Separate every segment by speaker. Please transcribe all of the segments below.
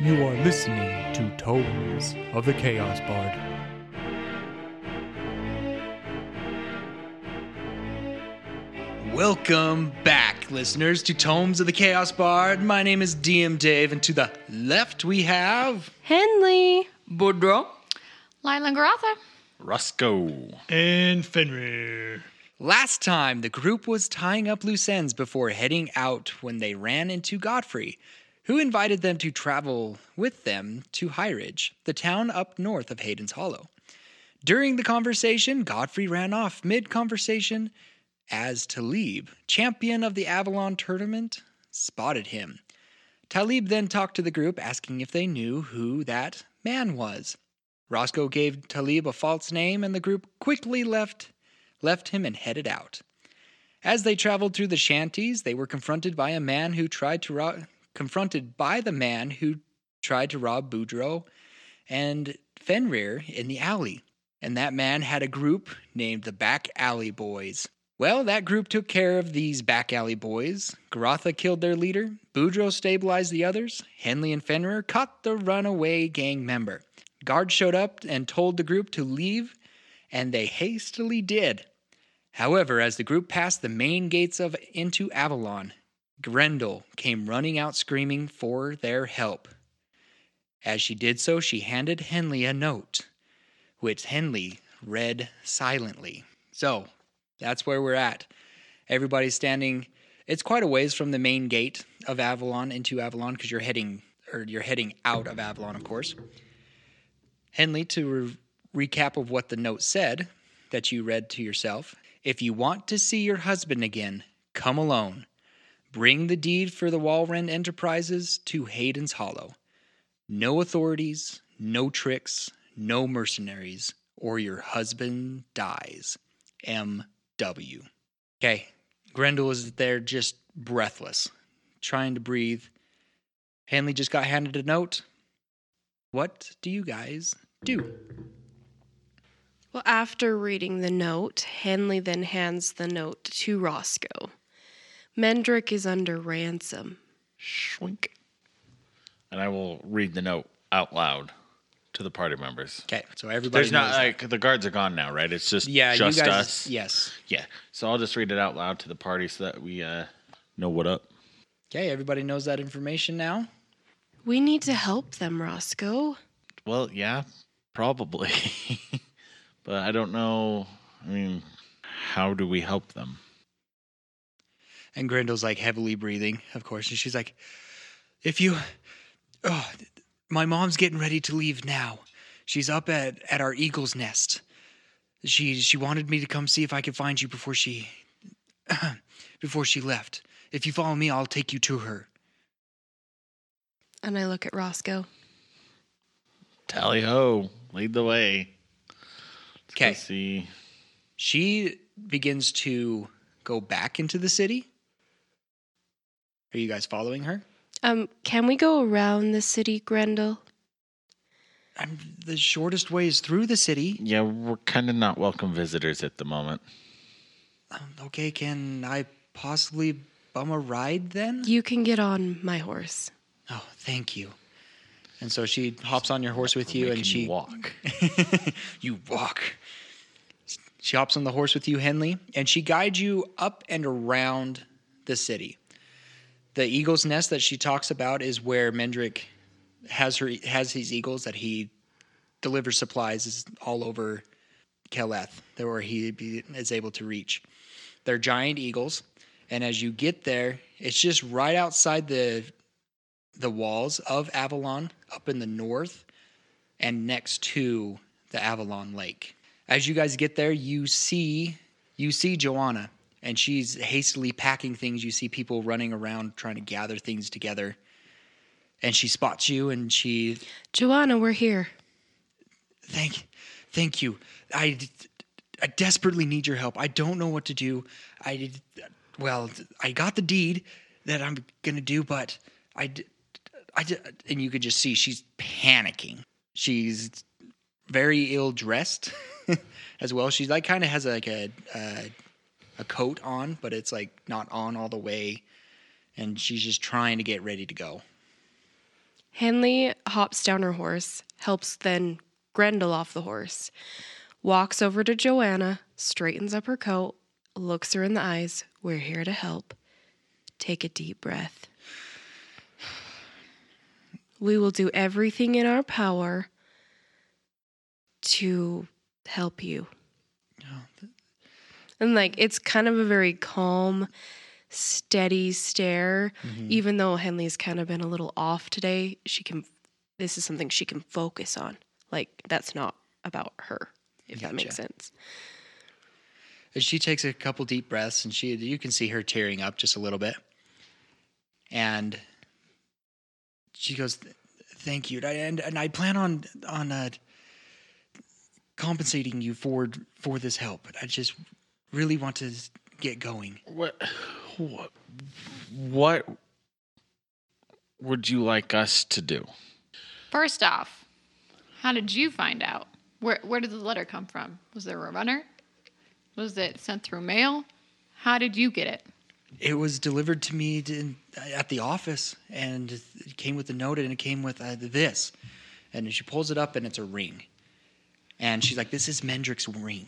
Speaker 1: You are listening to Tones of the Chaos Bard.
Speaker 2: Welcome back, listeners, to Tomes of the Chaos Bard. My name is DM Dave, and to the left we have
Speaker 3: Henley.
Speaker 4: Boudreaux.
Speaker 5: Lila Garatha.
Speaker 6: Roscoe.
Speaker 7: And Fenrir.
Speaker 2: Last time, the group was tying up loose ends before heading out when they ran into Godfrey, who invited them to travel with them to High Ridge, the town up north of Hayden's Hollow. During the conversation, Godfrey ran off mid conversation as Talib, champion of the Avalon tournament, spotted him. Talib then talked to the group, asking if they knew who that man was. Roscoe gave Talib a false name, and the group quickly left left him and headed out. As they traveled through the shanties, they were confronted by a man who tried to rob confronted by the man who tried to rob Boudreaux and Fenrir in the alley. And that man had a group named the Back Alley Boys. Well, that group took care of these Back Alley Boys. Garotha killed their leader, Boudreaux stabilized the others, Henley and Fenrir caught the runaway gang member. Guards showed up and told the group to leave and they hastily did. However, as the group passed the main gates of into Avalon, Grendel came running out screaming for their help. As she did so, she handed Henley a note, which Henley read silently. So, that's where we're at. Everybody's standing. It's quite a ways from the main gate of Avalon into Avalon because you're heading or you're heading out of Avalon, of course. Henley, to re- recap of what the note said that you read to yourself if you want to see your husband again, come alone. Bring the deed for the Walren Enterprises to Hayden's Hollow. No authorities, no tricks, no mercenaries, or your husband dies. M.W. Okay, Grendel is there just breathless, trying to breathe. Hanley just got handed a note. What do you guys do?
Speaker 3: Well, after reading the note, Henley then hands the note to Roscoe. Mendrick is under ransom.
Speaker 6: Shwink. And I will read the note out loud to the party members.
Speaker 2: Okay, so everybody.
Speaker 6: There's not
Speaker 2: knows that.
Speaker 6: like the guards are gone now, right? It's just
Speaker 2: yeah,
Speaker 6: just
Speaker 2: you guys,
Speaker 6: us.
Speaker 2: Yes.
Speaker 6: Yeah. So I'll just read it out loud to the party so that we uh, know what up.
Speaker 2: Okay, everybody knows that information now.
Speaker 3: We need to help them, Roscoe.
Speaker 6: Well, yeah, probably. but I don't know. I mean, how do we help them?
Speaker 2: And Grendel's like heavily breathing, of course, and she's like, "If you, oh, my mom's getting ready to leave now. She's up at at our eagle's nest. She she wanted me to come see if I could find you before she, before she left. If you follow me, I'll take you to her."
Speaker 3: And I look at Roscoe.
Speaker 6: Tally ho, lead the way. Let's go
Speaker 2: Okay.
Speaker 6: see.
Speaker 2: She begins to go back into the city. Are you guys following her?
Speaker 3: Um, can we go around the city, Grendel?
Speaker 2: I'm, the shortest way is through the city.
Speaker 6: Yeah, we're kind of not welcome visitors at the moment.
Speaker 2: Um, okay, can I possibly bum a ride then?
Speaker 3: You can get on my horse.
Speaker 2: Oh, thank you. And so she hops on your horse with you, and
Speaker 6: Making
Speaker 2: she
Speaker 6: walk.
Speaker 2: you walk. She hops on the horse with you, Henley, and she guides you up and around the city. The eagle's nest that she talks about is where Mendrick has her has his eagles that he delivers supplies is all over Keleth, there where he be, is able to reach. They're giant eagles, and as you get there, it's just right outside the the walls of Avalon, up in the north and next to the Avalon Lake. As you guys get there, you see you see Joanna, and she's hastily packing things. You see people running around trying to gather things together, and she spots you, and she
Speaker 3: Joanna, we're here.
Speaker 2: thank thank you. I d- I desperately need your help. I don't know what to do. I did well. I got the deed that I'm gonna do, but I d- I d- and you could just see she's panicking. She's very ill dressed as well. She like kind of has like a, a a coat on, but it's like not on all the way, and she's just trying to get ready to go.
Speaker 3: Henley hops down her horse, helps then Grendel off the horse, walks over to Joanna, straightens up her coat, looks her in the eyes. We're here to help. Take a deep breath. We will do everything in our power to help you. And like it's kind of a very calm, steady stare.
Speaker 2: Mm-hmm.
Speaker 3: Even though Henley's kind of been a little off today, she can this is something she can focus on. Like that's not about her, if that makes sense.
Speaker 2: As she takes a couple deep breaths and she you can see her tearing up just a little bit. And she goes, "Thank you." And I- And, and I plan on on uh, compensating you for for this help. I just really want to get going.
Speaker 6: What, what, what would you like us to do?
Speaker 4: First off, how did you find out? Where where did the letter come from? Was there a runner? Was it sent through mail? How did you get it?
Speaker 2: It was delivered to me to, at the office, and it came with a note, and it came with uh, this. And she pulls it up, and it's a ring. And she's like, "This is Mendrick's ring."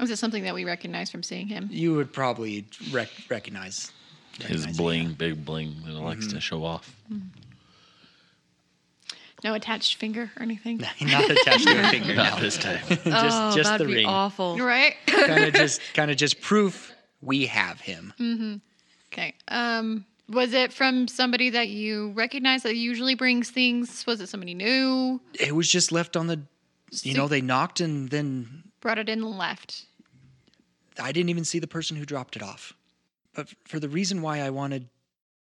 Speaker 4: Was it something that we recognize from seeing him?
Speaker 2: You would probably rec- recognize
Speaker 6: His
Speaker 2: recognize it.
Speaker 6: bling, big bling that he likes
Speaker 2: Mm-hmm.
Speaker 6: to show off.
Speaker 4: No attached finger or anything?
Speaker 2: not attached to a finger.
Speaker 6: Not
Speaker 2: no.
Speaker 6: this time.
Speaker 2: just
Speaker 3: oh,
Speaker 2: just the
Speaker 3: that'd be
Speaker 2: ring.
Speaker 3: awful.
Speaker 4: Right?
Speaker 2: kind of just kind of just proof we have him.
Speaker 4: Mm-hmm. okay. Um was it from somebody that you recognize that usually brings things? Was it somebody new?
Speaker 2: It was just left on the you know, they knocked and then
Speaker 4: Brought it in and left.
Speaker 2: I didn't even see the person who dropped it off. But f- for the reason why I wanted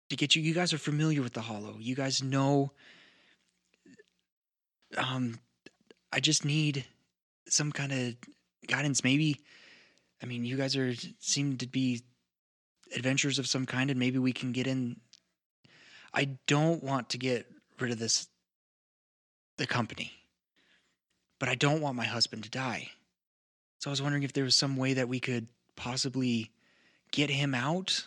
Speaker 2: to get you, you guys are familiar with the Hollow. You guys know. Um, I just need some kind of guidance. Maybe, I mean, you guys are seem to be adventurers of some kind, and maybe we can get in. I don't want to get rid of this, the company, but I don't want my husband to die. So I was wondering if there was some way that we could possibly get him out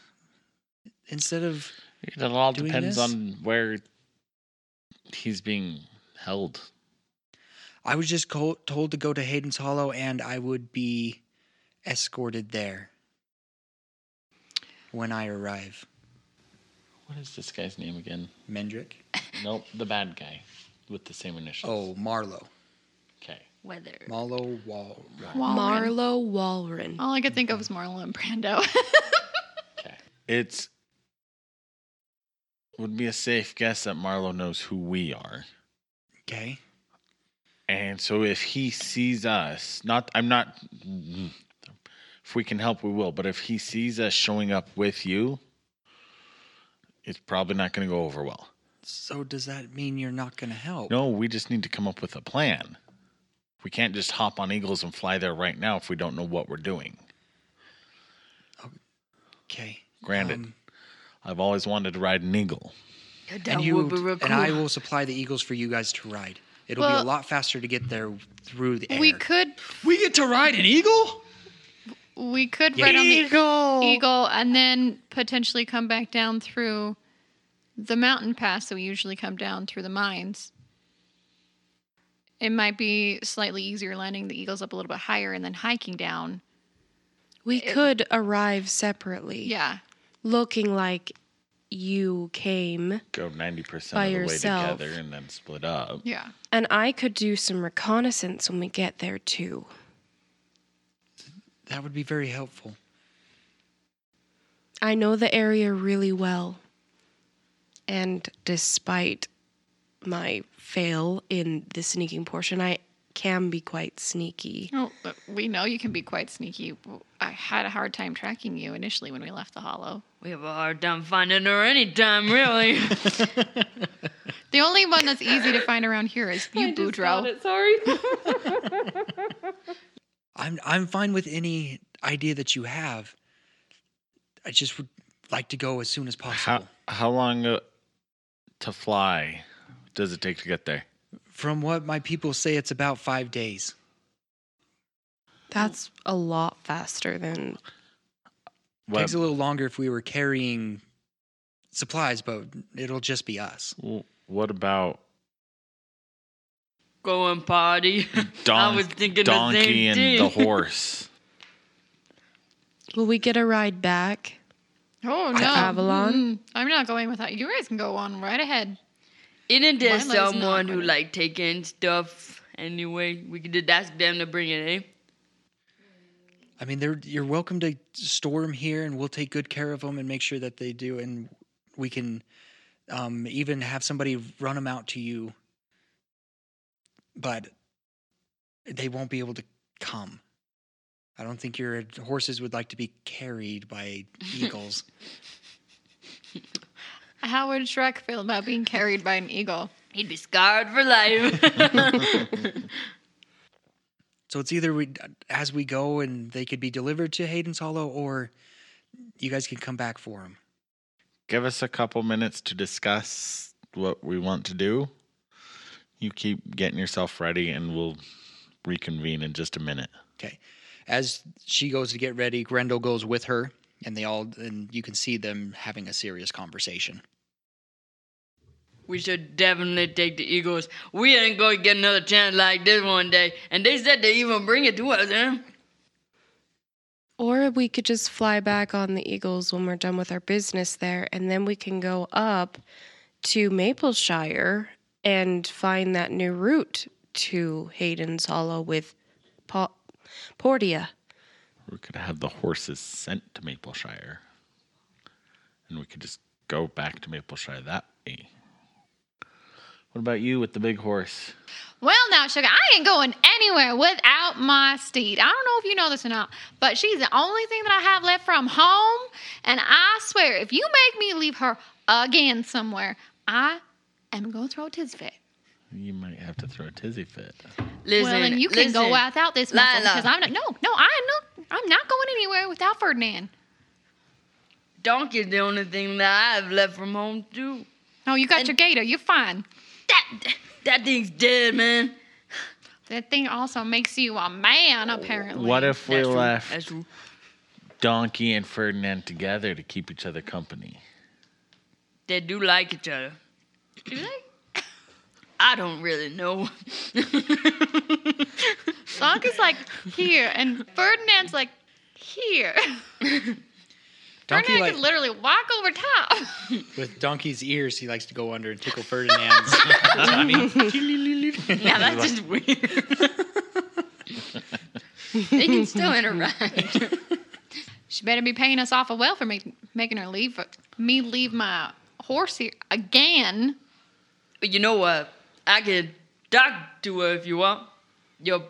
Speaker 2: instead of
Speaker 6: It all
Speaker 2: Doing
Speaker 6: depends
Speaker 2: this?
Speaker 6: on where he's being held.
Speaker 2: I was just co- told to go to Hayden's Hollow and I would be escorted there when I arrive.
Speaker 6: What is this guy's name again?
Speaker 2: Mendrick?
Speaker 6: Nope, the bad guy with the same initials.
Speaker 2: Oh, Marlowe. Oh.
Speaker 6: Okay.
Speaker 4: Whether
Speaker 2: Marlowe Wall.
Speaker 4: Marlo.
Speaker 3: Marlo Walren.
Speaker 4: All I could think of was Marlo and Brando.
Speaker 6: Okay. It's would be a safe guess that Marlowe knows who we are.
Speaker 2: Okay.
Speaker 6: And so if he sees us, not I'm not if we can help we will, but if he sees us showing up with you, it's probably not going to go over well.
Speaker 2: So does that mean you're not going to help?
Speaker 6: No, we just need to come up with a plan. We can't just hop on eagles and fly there right now if we don't know what we're doing.
Speaker 2: Okay.
Speaker 6: Granted,
Speaker 2: Um,
Speaker 6: I've always wanted to ride an eagle.
Speaker 2: and you and I will supply the eagles for you guys to ride. It'll be a
Speaker 4: Well-
Speaker 2: lot faster to get there through the air.
Speaker 4: we could
Speaker 7: We get to ride an eagle?
Speaker 4: we could ride on the
Speaker 7: Eagle.
Speaker 4: Eagle, and then potentially come back down through the mountain pass that we usually come down through the mines. It might be slightly easier landing the eagles up a little bit higher and then hiking down.
Speaker 3: We could arrive separately.
Speaker 4: Yeah.
Speaker 3: Looking like you came.
Speaker 6: Go 90%
Speaker 3: By
Speaker 6: of the
Speaker 3: yourself.
Speaker 6: way together and then split up.
Speaker 4: Yeah.
Speaker 3: And I could do some reconnaissance when we get there too.
Speaker 2: that would be very helpful.
Speaker 3: I know the area really well. And despite my fail in the sneaking portion, I can be quite sneaky.
Speaker 4: Oh, but we know you can be quite sneaky. I had a hard time tracking you initially when we left the hollow.
Speaker 5: We have a hard time finding her anytime, really.
Speaker 4: The only one that's easy to find around here is you, Boudreaux.
Speaker 5: Sorry.
Speaker 2: I'm I'm fine with any idea that you have. I just would like to go as soon as
Speaker 6: How,
Speaker 2: possible.
Speaker 6: how long uh, to fly does it take to get there?
Speaker 2: From what my people say, it's about five days.
Speaker 3: That's a lot faster than
Speaker 6: What,
Speaker 2: Takes a little longer if we were carrying supplies, but it'll just be us.
Speaker 6: W- What about
Speaker 5: Go and party.
Speaker 6: don-
Speaker 5: I was thinking the same
Speaker 6: donkey
Speaker 5: thing.
Speaker 6: and the horse?
Speaker 3: Will we get a ride back?
Speaker 4: Oh no,
Speaker 3: Avalon?
Speaker 4: Mm-mm. I'm not going without you. You guys can go on right ahead.
Speaker 5: Isn't
Speaker 4: Mine
Speaker 5: there
Speaker 4: is not
Speaker 5: someone who
Speaker 4: gonna-
Speaker 5: like taking stuff anyway? We could just ask them to bring it, eh?
Speaker 2: I mean, they're, you're welcome to store them here, and we'll take good care of them and make sure that they do. And we can um, even have somebody run them out to you, but they won't be able to come. I don't think your horses would like to be carried by eagles.
Speaker 4: How would Shrek feel about being carried by an eagle?
Speaker 5: He'd be scarred for life.
Speaker 2: So it's either we, as we go, and they could be delivered to Hayden's Hollow, or you guys can come back for them.
Speaker 6: Give us a couple minutes to discuss what we want to do. You keep getting yourself ready, and we'll reconvene in just a minute.
Speaker 2: Okay. As she goes to get ready, Grendel goes with her, and they all and you can see them having a serious conversation.
Speaker 5: we should definitely take the Eagles. We ain't gonna get another chance like this one day. And they said they even bring it to us, eh?
Speaker 3: Or we could just fly back on the Eagles when we're done with our business there, and then we can go up to Mapleshire and find that new route to Hayden's Hollow with pa- Portia.
Speaker 6: We could have the horses sent to Mapleshire, and we could just go back to Mapleshire that way. What about you with the big horse?
Speaker 4: Well, now, sugar, I ain't going anywhere without my steed. I don't know if you know this or not, but she's the only thing that I have left from home. And I swear, if you make me leave her again somewhere, I am going to throw a tizzy fit.
Speaker 6: You might have to throw a tizzy fit.
Speaker 5: Listen,
Speaker 4: well, and you can go
Speaker 5: listen.
Speaker 4: without this muscle
Speaker 5: Lila.
Speaker 4: because I'm not. No, no, I'm not. I'm not going anywhere without Ferdinand.
Speaker 5: Donkey's the only thing that I have left from home too.
Speaker 4: No, you got your gator. You're fine.
Speaker 5: That that thing's dead, man.
Speaker 4: That thing also makes you a man, apparently.
Speaker 6: What if we
Speaker 5: That's true.
Speaker 6: left
Speaker 5: That's true.
Speaker 6: Donkey and Ferdinand together to keep each other company?
Speaker 5: They do like each other.
Speaker 4: Do they?
Speaker 5: I don't really know.
Speaker 4: Blanca's like here, and Ferdinand's like here.
Speaker 2: Donkey
Speaker 4: Ferdinand
Speaker 2: like
Speaker 4: could literally walk over top.
Speaker 2: with Donkey's ears, he likes to go under and tickle Ferdinand's.
Speaker 5: now that's just weird. they can still interact.
Speaker 4: she better be paying us off a well for me, making her leave me leave my horse here again.
Speaker 5: But you know what? I can talk to her if you want. Your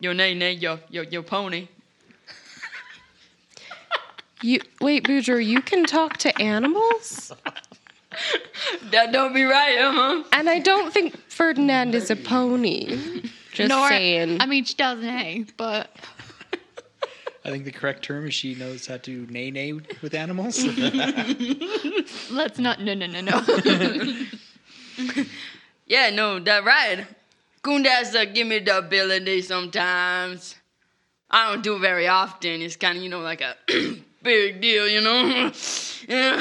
Speaker 5: your nay nay, your your your pony.
Speaker 3: You wait, Boudreaux, you can talk to animals,
Speaker 5: That don't be right, huh?
Speaker 3: and I don't think Ferdinand is a pony. Just
Speaker 4: Nor-
Speaker 3: saying.
Speaker 4: I mean, she does nay, but
Speaker 2: I think the correct term is she knows how to nay nay with animals.
Speaker 4: let's not. No, no, no, no.
Speaker 5: Yeah, no, that right. Kundasa give me the ability sometimes. I don't do it very often. It's kind of, you know, like a big deal, you know? Yeah.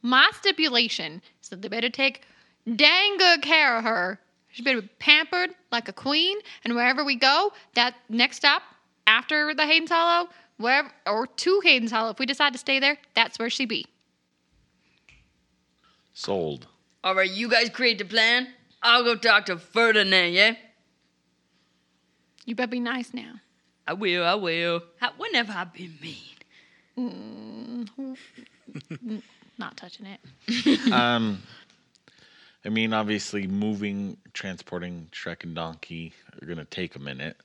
Speaker 4: my stipulation is that they better take dang good care of her. She better be pampered like a queen, and wherever we go, that next stop after the Hayden's Hollow, wherever or to Hayden's Hollow, if we decide to stay there, that's where she be.
Speaker 6: Sold.
Speaker 5: All right, you guys create the plan. I'll go talk to Ferdinand, yeah?
Speaker 4: You better be nice now.
Speaker 5: I will, I will. How, whenever I been mean.
Speaker 4: Not touching it.
Speaker 6: Um, I mean, obviously, moving, transporting Shrek and Donkey are going to take a minute.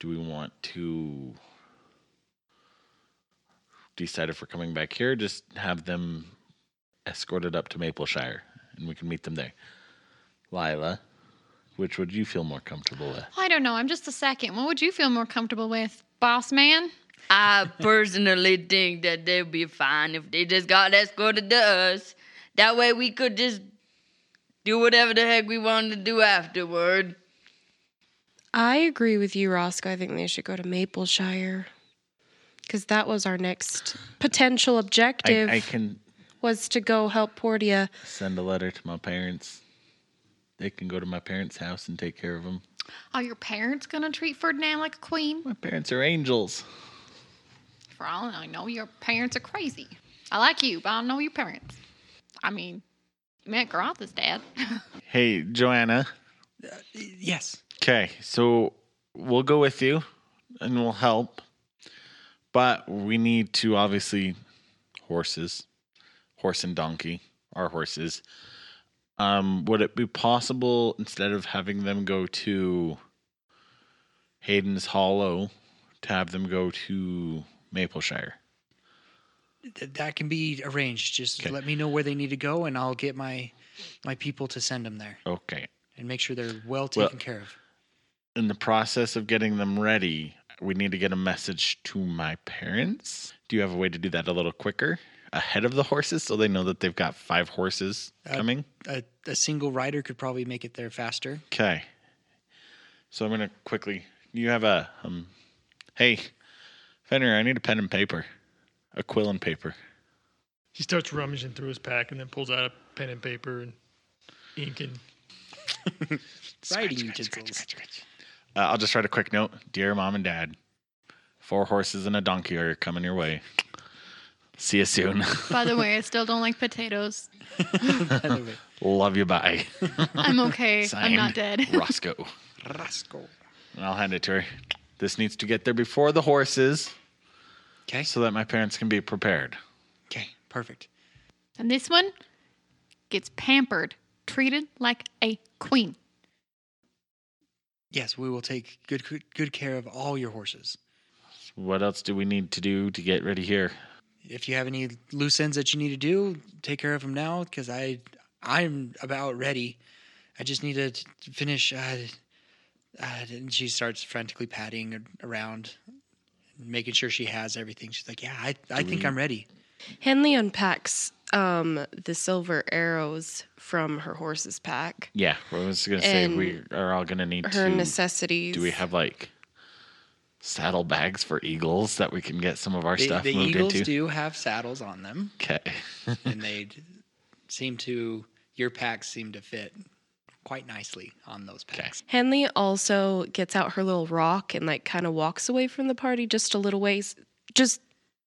Speaker 6: Do we want to decide if we're coming back here? Just have them escorted up to Mapleshire and we can meet them there. Lila, which would you feel more comfortable with?
Speaker 4: I don't know. I'm just a second. What would you feel more comfortable with, boss man?
Speaker 5: I personally think that they'll be fine if they just got escorted to us. That way we could just do whatever the heck we wanted to do afterward.
Speaker 3: I agree with you, Roscoe. I think they should go to Mapleshire because that was our next potential objective.
Speaker 6: I, I can
Speaker 3: was to go help Portia.
Speaker 6: Send a letter to my parents. They can go to my parents' house and take care of him.
Speaker 4: Are your parents gonna treat Ferdinand like a queen?
Speaker 6: My parents are angels.
Speaker 4: For all I know, your parents are crazy. I like you, but I don't know your parents. I mean, you met Garotha's dad.
Speaker 6: Hey, Joanna.
Speaker 2: Yes.
Speaker 6: Okay, so we'll go with you and we'll help. But we need to obviously horses, horse and donkey, our horses. Um, would it be possible instead of having them go to Hayden's Hollow to have them go to Mapleshire?
Speaker 2: Th- that can be arranged. Just
Speaker 6: Okay.
Speaker 2: let me know where they need to go, and I'll get my my people to send them there
Speaker 6: Okay.
Speaker 2: and make sure they're well
Speaker 6: Well-
Speaker 2: taken care of.
Speaker 6: In the process of getting them ready, we need to get a message to my parents. Do you have a way to do that a little quicker ahead of the horses so they know that they've got five horses
Speaker 2: Uh,
Speaker 6: coming?
Speaker 2: A, a single rider could probably make it there faster.
Speaker 6: Okay. So I'm gonna quickly. You have a um. Hey, Fenrir, I need a pen and paper, a quill and paper.
Speaker 8: He starts rummaging through his pack and then pulls out a pen and paper and ink and
Speaker 2: Riding utensils.
Speaker 6: Uh, I'll just write a quick note. Dear mom and dad, four horses and a donkey are coming your way. See you soon.
Speaker 4: By the way, I still don't like potatoes.
Speaker 2: By the way.
Speaker 6: Love you. Bye.
Speaker 4: I'm okay. I'm
Speaker 6: Signed,
Speaker 4: not dead.
Speaker 6: Roscoe.
Speaker 2: Rascal.
Speaker 6: And I'll hand it to her. This needs to get there before the horses,
Speaker 2: Okay.
Speaker 6: so that my parents can be prepared.
Speaker 2: Okay. Perfect.
Speaker 4: And this one gets pampered, treated like a queen.
Speaker 2: Yes, we will take good good- good care of all your horses.
Speaker 6: What else do we need to do to get ready here?
Speaker 2: If you have any loose ends that you need to do, take care of them now because I I'm about ready. I just need to t- finish. Uh, uh, and she starts frantically patting around, making sure she has everything. She's like, "Yeah, I I think I'm ready."
Speaker 3: Henley unpacks um, the silver arrows from her horse's pack,
Speaker 6: Yeah, I was gonna say we are all gonna need
Speaker 3: her
Speaker 6: to.
Speaker 3: necessities.
Speaker 6: do we have like saddle bags for eagles that we can get some of our
Speaker 2: The,
Speaker 6: stuff
Speaker 2: the
Speaker 6: moved
Speaker 2: eagles
Speaker 6: into?
Speaker 2: do have saddles on them,
Speaker 6: Okay,
Speaker 2: and they d- seem to your packs seem to fit quite nicely on those packs.
Speaker 3: Henley also gets out her little rock and like kind of walks away from the party just a little ways, just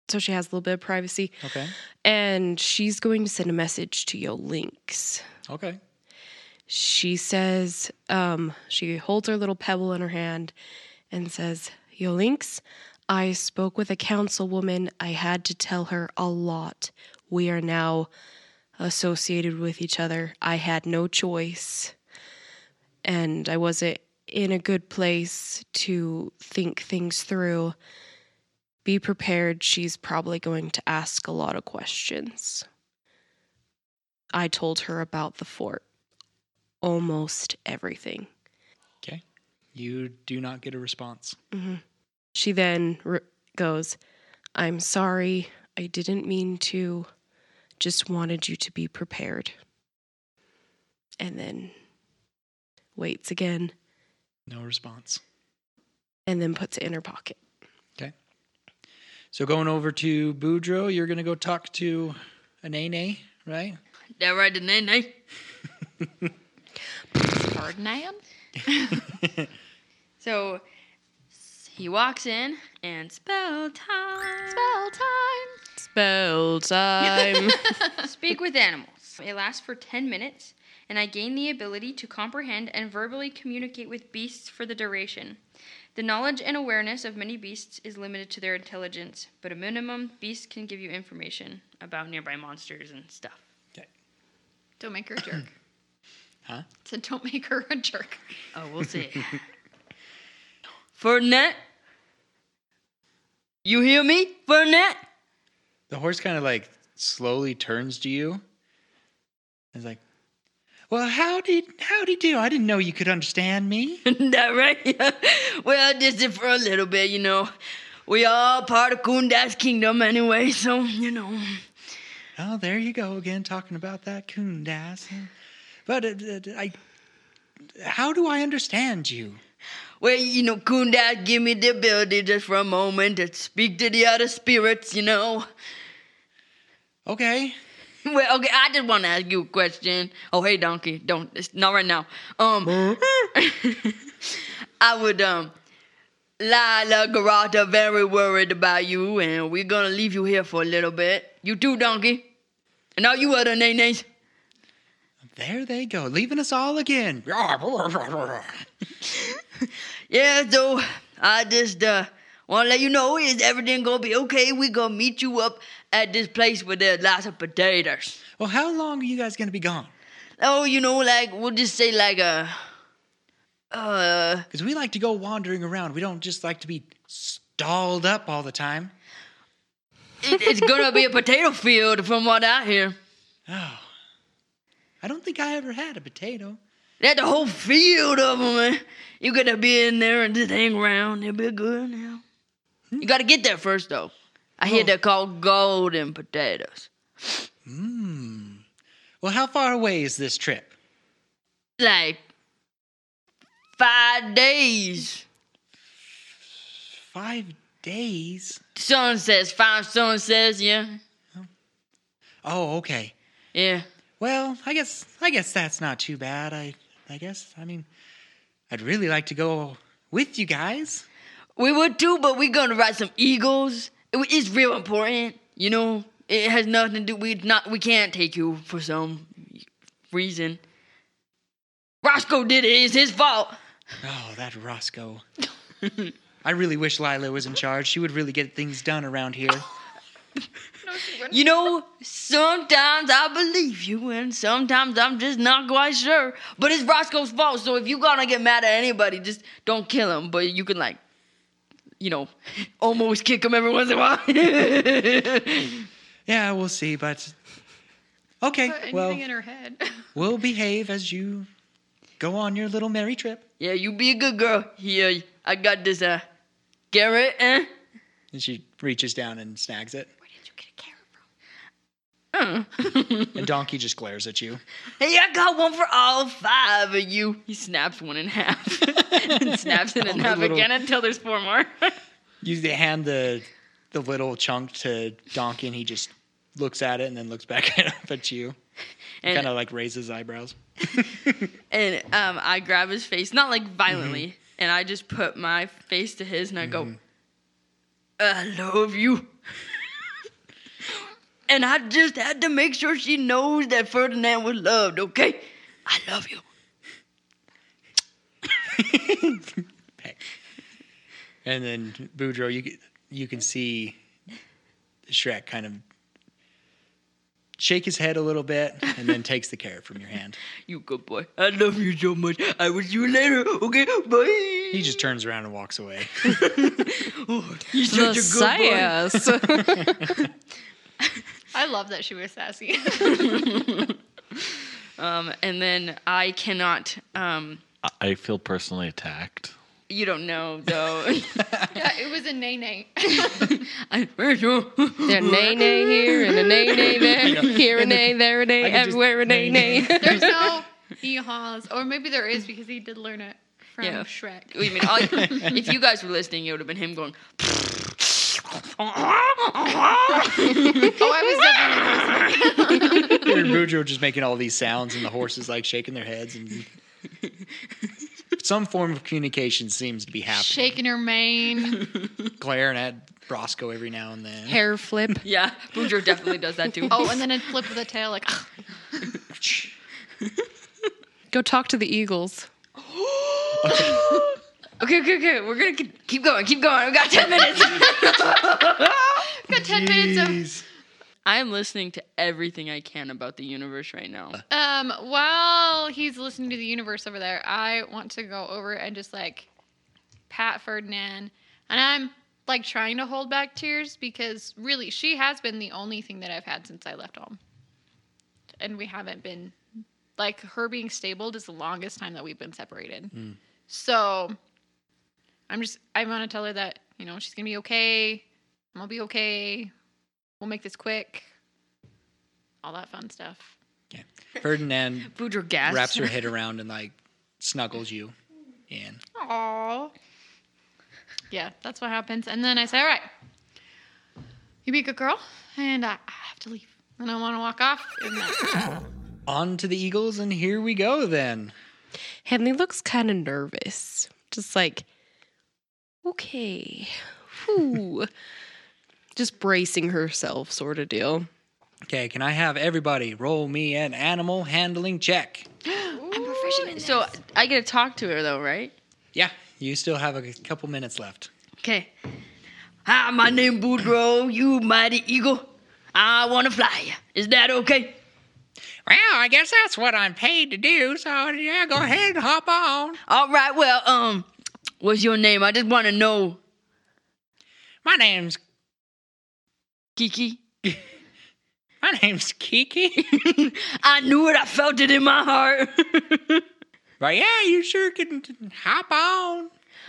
Speaker 3: so she has a little bit of privacy.
Speaker 2: Okay.
Speaker 3: And she's going to send a message to Yo Lynx.
Speaker 2: Okay.
Speaker 3: She says, um, she holds her little pebble in her hand and says, Yo Lynx, I spoke with a councilwoman. I had to tell her a lot. We are now associated with each other. I had no choice. And I wasn't in a good place to think things through. Be prepared. She's probably going to ask a lot of questions. I told her about the fort almost everything.
Speaker 2: Okay. You do not get a response.
Speaker 3: Mm-hmm. She then re- goes, I'm sorry. I didn't mean to. Just wanted you to be prepared. And then waits again
Speaker 2: No response.
Speaker 3: and then puts it in her pocket.
Speaker 2: So going over to Boudreaux, you're gonna go talk to a Nene, right?
Speaker 5: That right, the name, name?
Speaker 4: Ferdinand?
Speaker 5: So he walks in and spell time.
Speaker 4: Spell time.
Speaker 3: Spell time.
Speaker 5: Speak with animals. It lasts for 10 minutes, and I gain the ability to comprehend and verbally communicate with beasts for the duration. The knowledge and awareness of many beasts is limited to their intelligence, but a minimum beast can give you information about nearby monsters and stuff.
Speaker 4: Don't make her a jerk.
Speaker 2: Huh?
Speaker 4: So don't make her a jerk.
Speaker 5: Oh, we'll see. Fernet? You hear me, Fernet?
Speaker 2: The horse kind of like slowly turns to you. It's like, well, how did how did do? I didn't know you could understand me.
Speaker 5: that right? Yeah. Well, just it for a little bit, you know. We all part of Kunda's kingdom anyway, so, you know.
Speaker 2: oh, there you go again, talking about that kundas. But uh, uh, I, how do I understand you?
Speaker 5: Well, you know, Kundas give me the ability just for a moment to speak to the other spirits, you know.
Speaker 2: Okay,
Speaker 5: Well, okay, I just want to ask you a question. Oh, hey, donkey, don't it's not right now. Um, I would um, Lila Garata very worried about you, and we're gonna leave you here for a little bit. You too, donkey, and all you other nays.
Speaker 2: There they go, leaving us all again.
Speaker 5: Yeah, so I just uh wanna let you know is everything gonna be okay. We gonna meet you up at this place where there's lots of potatoes.
Speaker 2: Well, how long are you guys gonna be gone?
Speaker 5: Oh, you know, like we'll just say like uh uh
Speaker 2: Because we like to go wandering around. We don't just like to be stalled up all the time.
Speaker 5: it- it's gonna be a potato field from what I hear.
Speaker 2: Oh, I don't think I ever had a potato.
Speaker 5: That's a whole field of them, man. You gotta be in there and just hang around. It'll be good now. You gotta get there first, though. I hear they're called golden potatoes.
Speaker 2: Well, how far away is this trip?
Speaker 5: Like five days.
Speaker 2: Five days.
Speaker 5: Sunsets, five sunsets, yeah.
Speaker 2: Oh, okay.
Speaker 5: Yeah.
Speaker 2: Well, I guess I guess that's not too bad. I I guess I mean, I'd really like to go with you guys.
Speaker 5: We would too, but we're gonna ride some eagles. It- It's real important, you know. It has nothing to do. We not. We can't take you for some reason. Roscoe did it. It's his fault.
Speaker 2: Oh, that Roscoe. I really wish Lila was in charge. She would really get things done around here.
Speaker 5: You know. Sometimes I believe you, and sometimes I'm just not quite sure. But it's Roscoe's fault. So if you're gonna get mad at anybody, just don't kill him. But you can like, you know, almost kick him every once in a while.
Speaker 2: Yeah, we'll see, but okay.
Speaker 4: Put anything
Speaker 2: well,
Speaker 4: in her head.
Speaker 2: we'll behave as you go on your little merry trip.
Speaker 5: Yeah, you be a good girl. Here, I got this, uh, Garrett, eh?
Speaker 2: And she reaches down and snags it.
Speaker 5: Uh.
Speaker 2: And Donkey just glares at you.
Speaker 5: hey, I got one for all five of you. He snaps one in half. and snaps it in half
Speaker 2: little-
Speaker 5: again until there's four more.
Speaker 2: You hand the the little chunk to Donkey, and he just looks at it and then looks back up at you.
Speaker 5: and,
Speaker 2: Kind of like raises eyebrows.
Speaker 5: and um, I grab his face, not like violently, and I just put my face to his and I go, I love you. and I just had to make sure she knows that Ferdinand was loved, okay? I love you.
Speaker 2: And then Boudreaux, you c- you can see Shrek kind of shake his head a little bit, and then takes the carrot from your hand.
Speaker 5: You good boy. I love you so much. I will see you later. Okay, bye.
Speaker 2: He just turns around and walks away.
Speaker 5: You're such a good boy.
Speaker 3: Messiahs.
Speaker 4: I love that she was sassy.
Speaker 5: Um, and then I cannot. Um,
Speaker 6: I- I feel personally attacked.
Speaker 5: you don't know though.
Speaker 4: yeah, it was a nay nay.
Speaker 5: I very sure.
Speaker 3: They're nay nay here and a nay nay there, here a nay, there a nay,
Speaker 2: can just
Speaker 3: everywhere a nay
Speaker 2: nay,
Speaker 3: nay.
Speaker 4: There's no hee haws, or maybe there is because he did learn it from
Speaker 5: Yeah.
Speaker 4: Shrek.
Speaker 5: Wait a minute. All you- if you guys were listening, it would have been him going.
Speaker 4: Oh, I was definitely
Speaker 2: And Boudreaux just making all these sounds, and the horses like shaking their heads, and some form of communication seems to be happening.
Speaker 4: shaking her mane.
Speaker 2: Glaring at Roscoe every now and then.
Speaker 3: Hair flip.
Speaker 5: yeah, Boudreaux definitely does that too.
Speaker 4: Oh, and then a flip of the tail, like. "Ah,
Speaker 3: Go talk to the Eagles.
Speaker 5: okay, okay, okay. We're gonna ke- keep going, keep going. We got ten minutes.
Speaker 4: Got ten minutes
Speaker 5: I am listening to everything I can about the universe right now.
Speaker 2: Uh,
Speaker 4: of. Um, while he's listening to the universe over there, I want to go over and just like pat Ferdinand, and I'm like trying to hold back tears because really she has been the only thing that I've had since I left home, and we haven't been like her being stabled is the longest time that we've been separated. So I'm just I want to tell her that you know she's gonna be okay. I'm gonna be okay. We'll make this quick. All that fun stuff.
Speaker 2: Ferdinand
Speaker 5: Boudreaux gasps.
Speaker 2: wraps her head around and like snuggles you in.
Speaker 4: Aww. Yeah, that's what happens. And then I say, all right, you be a good girl, and I, I have to leave. And I want to walk off in that.
Speaker 2: On to the eagles, and here we go then.
Speaker 3: Henley looks kind of nervous, just like, okay, whew. just bracing herself, sort of deal.
Speaker 2: Okay, can I have everybody roll me an animal handling check?
Speaker 5: So I get to talk to her though, right?
Speaker 2: Yeah, you still have a couple minutes left.
Speaker 5: Okay. Hi, my name Boudreaux. You mighty eagle. I wanna fly ya. Is that okay?
Speaker 2: Well, I guess that's what I'm paid to do, so yeah, go ahead and hop on.
Speaker 5: All right. Well, um, what's your name? I just wanna know.
Speaker 2: My name's
Speaker 5: Kiki.
Speaker 2: my name's Kiki.
Speaker 5: I knew it. I felt it in my heart.
Speaker 2: but yeah, you sure can hop on.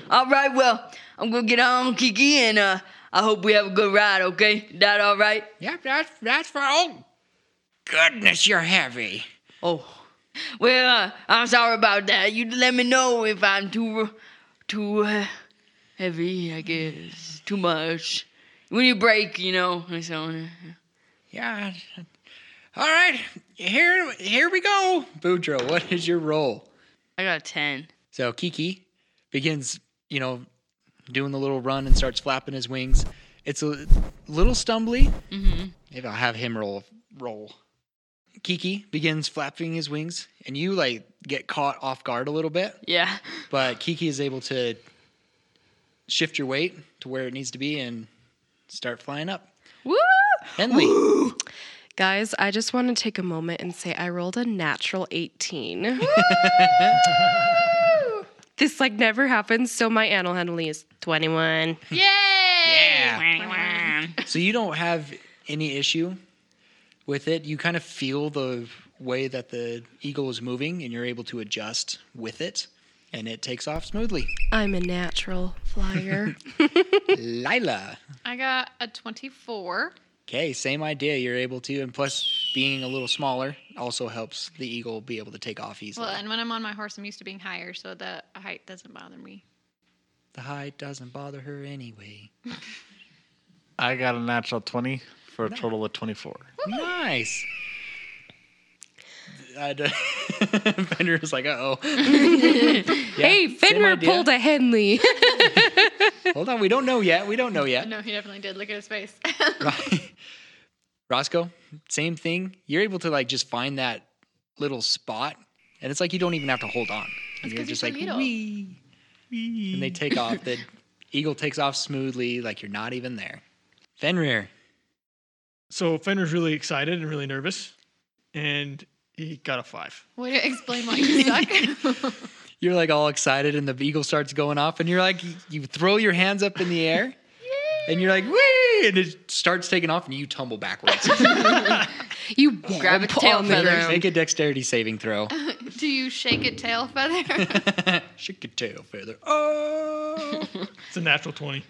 Speaker 5: all right. Well, I'm gonna get on, Kiki, and uh, I hope we have a good ride. Okay? That all right?
Speaker 2: Yep, that's that's for oh goodness, you're heavy.
Speaker 5: Oh, well, uh, I'm sorry about that. You let me know if I'm too, too uh, heavy. I guess too much. We need a break, you know. and So on.
Speaker 2: Yeah. All right, here here we go. Boudreaux, what is your role?
Speaker 5: I got a ten.
Speaker 2: So Kiki begins, you know, doing the little run and starts flapping his wings. It's a little stumbly. Mm-hmm. Maybe I'll have him roll. Roll. Kiki begins flapping his wings, and you like get caught off guard a little bit.
Speaker 5: Yeah.
Speaker 2: But Kiki is able to shift your weight to where it needs to be and start flying up.
Speaker 5: Woo!
Speaker 2: Henley,
Speaker 3: Guys, I just want to take a moment and say I rolled a natural 18. this like never happens, so my animal handling is 21.
Speaker 2: so you don't have any issue with it. You kind of feel the way that the eagle is moving, and you're able to adjust with it, and it takes off smoothly.
Speaker 3: I'm a natural flyer.
Speaker 2: Lila.
Speaker 4: I got a 24.
Speaker 2: Okay, same idea. You're able to, and plus being a little smaller also helps the eagle be able to take off easily.
Speaker 4: Well, and when I'm on my horse, I'm used to being higher, so the height doesn't bother me.
Speaker 2: The height doesn't bother her anyway.
Speaker 6: I got a natural 20 for a total of 24.
Speaker 2: Nice. I d- Bender was like, uh oh.
Speaker 3: hey, Fenrir
Speaker 2: idea.
Speaker 3: pulled a Henley.
Speaker 2: Hold on, we don't know yet. We don't know yet.
Speaker 4: No, he definitely did. Look at his face.
Speaker 2: Roscoe, same thing. You're able to like just find that little spot, and it's like you don't even have to hold on. And you're
Speaker 4: 'cause you're
Speaker 2: just
Speaker 4: so
Speaker 2: like,
Speaker 4: little.
Speaker 2: wee, wee. And they take off. The eagle takes off smoothly, like you're not even there. Fenrir.
Speaker 8: So Fenrir's really excited and really nervous, and he got a five.
Speaker 4: Way to explain why you suck.
Speaker 2: You're like all excited, and the eagle starts going off, and you're like, you throw your hands up in the air, and you're like, wee, and it starts taking off, and you tumble backwards.
Speaker 3: you
Speaker 5: Grab its
Speaker 3: whomp
Speaker 5: tail
Speaker 3: on the
Speaker 5: feathers.
Speaker 3: ground.
Speaker 2: Make a dexterity saving throw.
Speaker 4: Do you shake a tail feather?
Speaker 2: Shake your tail feather. Oh.
Speaker 8: It's a natural twenty.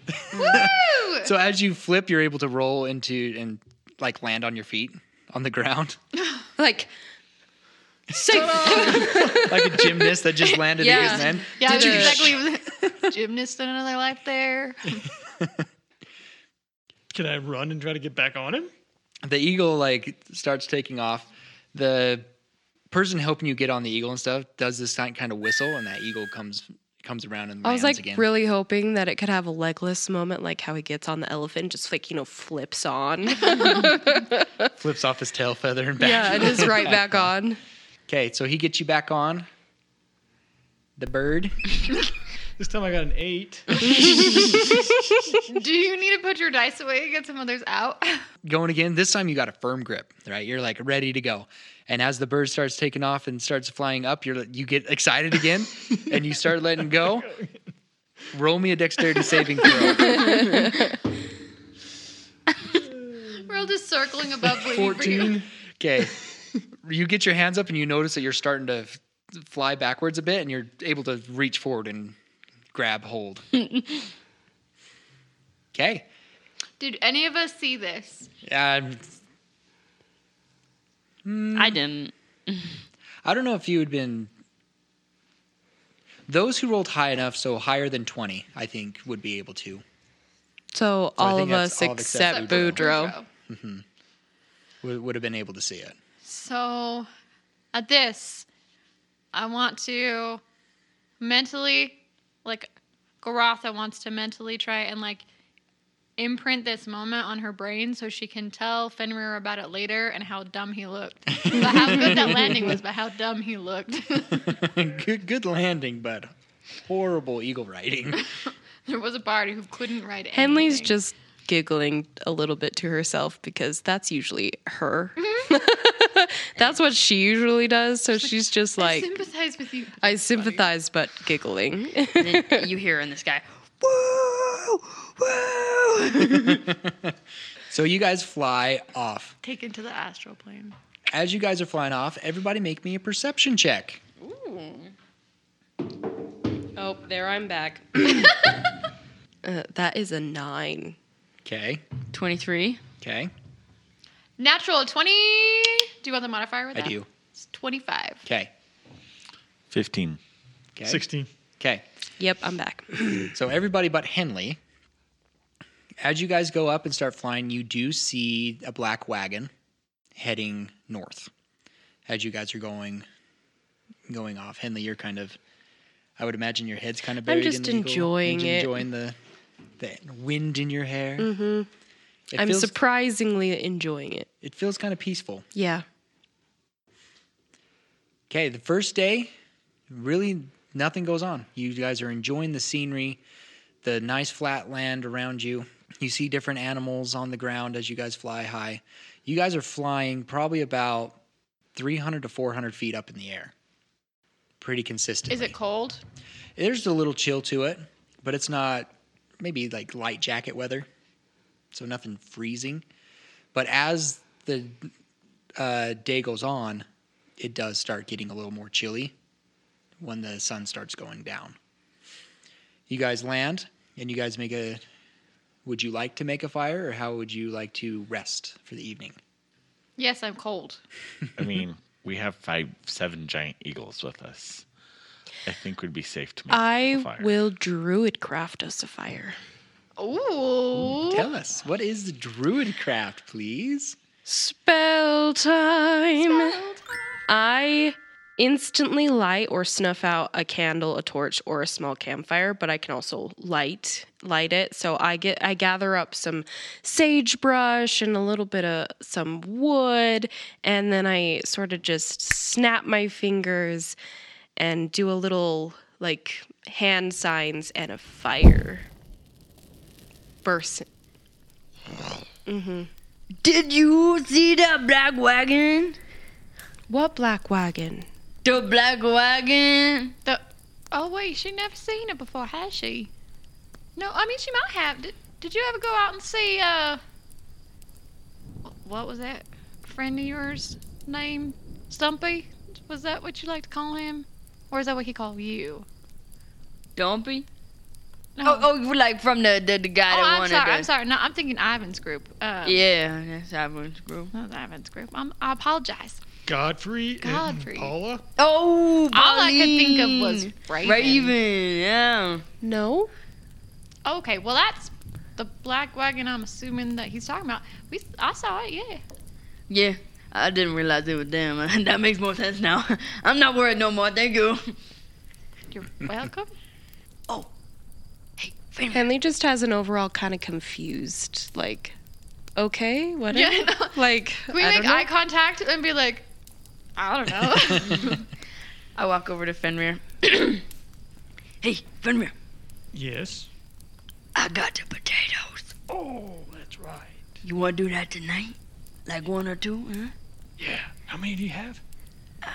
Speaker 2: So as you flip, you're able to roll into and like land on your feet on the ground,
Speaker 3: Like,
Speaker 2: like a gymnast that just landed
Speaker 5: Yeah.
Speaker 2: his end.
Speaker 4: yeah,
Speaker 5: Did
Speaker 4: that's exactly. Gymnast in another life there.
Speaker 8: Can I run and try to get back on him?
Speaker 2: The eagle like starts taking off. The person helping you get on the eagle and stuff does this kind of whistle, and that eagle comes comes around and lands
Speaker 3: I was like
Speaker 2: again.
Speaker 3: really hoping that it could have a legless moment, like how he gets on the elephant, just like, you know, flips on.
Speaker 2: Flips off his tail feather and back.
Speaker 3: yeah, and is right back on.
Speaker 2: Okay, so he gets you back on. The bird.
Speaker 8: This time I got an eight.
Speaker 4: Do you need to put your dice away and get some others out?
Speaker 2: going again. This time you got a firm grip, right? You're like ready to go. And as the bird starts taking off and starts flying up, you're you get excited again, and you start letting go. Roll me a dexterity saving throw.
Speaker 4: We're all just circling above waiting for you.
Speaker 2: Fourteen. Okay. You get your hands up and you notice that you're starting to f- fly backwards a bit, and you're able to reach forward and grab hold. Okay.
Speaker 4: Did any of us see this?
Speaker 2: Um,
Speaker 5: I didn't.
Speaker 2: I don't know if you had been. Those who rolled high enough, so higher than twenty, I think, would be able to.
Speaker 3: So
Speaker 2: I
Speaker 3: all
Speaker 2: think
Speaker 3: of
Speaker 2: that's
Speaker 3: us
Speaker 2: all
Speaker 3: except
Speaker 2: except Boudreaux.
Speaker 3: Boudreaux.
Speaker 2: would, would have been able to see it.
Speaker 4: So, at this, I want to mentally, like, Garotha wants to mentally try and, like, imprint this moment on her brain so she can tell Fenrir about it later and how dumb he looked. but how good that landing was, but how dumb he looked.
Speaker 2: good, good landing, but horrible eagle riding.
Speaker 4: there was a bard who couldn't write anything.
Speaker 3: Henley's just giggling a little bit to herself because that's usually her. that's what she usually does. So she's just
Speaker 4: I
Speaker 3: like,
Speaker 4: sympathize with you.
Speaker 3: I sympathize, but giggling.
Speaker 5: And then you hear in the sky,
Speaker 2: so you guys fly off.
Speaker 4: Taken to the astral plane.
Speaker 2: As you guys are flying off, everybody make me a perception check.
Speaker 9: Oh, there I'm back.
Speaker 3: Uh, that is a nine.
Speaker 2: Okay.
Speaker 5: 23.
Speaker 2: Okay.
Speaker 4: Natural 20. Do you want the modifier with
Speaker 2: I
Speaker 4: that?
Speaker 2: do.
Speaker 4: It's 25.
Speaker 2: Okay.
Speaker 6: 15.
Speaker 2: Okay.
Speaker 8: 16.
Speaker 2: Okay.
Speaker 3: Yep, I'm back.
Speaker 2: So everybody but Henley. As you guys go up and start flying, you do see a black wagon heading north. As you guys are going going off, Henley, you're kind of I would imagine your head's kind of buried in
Speaker 3: just
Speaker 2: the eagle.
Speaker 3: enjoying
Speaker 2: You're
Speaker 3: it.
Speaker 2: enjoying the the wind in your hair. It
Speaker 3: Mm-hmm. I'm
Speaker 2: feels,
Speaker 3: surprisingly enjoying it.
Speaker 2: It feels kind of peaceful.
Speaker 3: Yeah.
Speaker 2: Okay, the first day, really nothing goes on. You guys are enjoying the scenery, the nice flat land around you. You see different animals on the ground as you guys fly high. You guys are flying probably about 300 to 400 feet up in the air. Pretty consistently.
Speaker 4: Is it cold?
Speaker 2: There's a little chill to it, but it's not maybe like light jacket weather, so nothing freezing. But as the uh, day goes on, it does start getting a little more chilly when the sun starts going down. You guys land, and you guys make a. Would you like to make a fire, or how would you like to rest for the evening?
Speaker 4: Yes, I'm cold.
Speaker 6: I mean, we have five, seven giant eagles with us. I think would be safe to make a
Speaker 3: I
Speaker 6: fire.
Speaker 3: will druid craft us a fire.
Speaker 4: Ooh.
Speaker 2: Tell us what is the druid craft, please.
Speaker 3: Spell time. I instantly light or snuff out a candle, a torch, or a small campfire, but I can also light light it. So I get I gather up some sagebrush and a little bit of some wood, and then I sort of just snap my fingers and do a little like hand signs and a fire bursts.
Speaker 9: Did you see that black wagon?
Speaker 3: What black wagon?
Speaker 5: The black wagon.
Speaker 4: The oh wait, she never seen it before, has she? No, I mean she might have. Did, did you ever go out and see uh wh- what was that friend of yours name? Stumpy? Was that what you like to call him? Or is that what he called you?
Speaker 5: Dumpy.
Speaker 4: No.
Speaker 5: Oh, oh, like from the the, the guy
Speaker 4: Oh,
Speaker 5: that
Speaker 4: I'm
Speaker 5: wanted
Speaker 4: sorry.
Speaker 5: to-
Speaker 4: I'm sorry. No, I'm thinking Ivan's group. Um,
Speaker 5: Yeah, that's Ivan's group.
Speaker 4: Not Ivan's group. I'm, I apologize.
Speaker 8: Godfrey,
Speaker 4: Godfrey.
Speaker 8: and Paula.
Speaker 5: Oh,
Speaker 4: All I could think of was
Speaker 5: Pauline.
Speaker 4: Raven.
Speaker 5: Raven. Yeah.
Speaker 3: No.
Speaker 4: Okay, well that's the black wagon. I'm assuming that he's talking about. We I saw it. Yeah.
Speaker 5: Yeah. I didn't realize it was them. that makes more sense now. I'm not worried no more. Thank you.
Speaker 4: You're welcome.
Speaker 3: Henley just has an overall kind of confused, like, okay, what? is-
Speaker 4: Yeah, no.
Speaker 3: Like,
Speaker 4: We
Speaker 3: I
Speaker 4: make
Speaker 3: don't know.
Speaker 4: eye contact and be like, I don't know.
Speaker 5: I walk over to Fenrir. hey, Fenrir.
Speaker 8: Yes.
Speaker 5: I got the potatoes.
Speaker 8: Oh, that's right.
Speaker 5: You want to do that tonight? Like one or two? Huh?
Speaker 8: Yeah. How many do you have?
Speaker 5: Uh,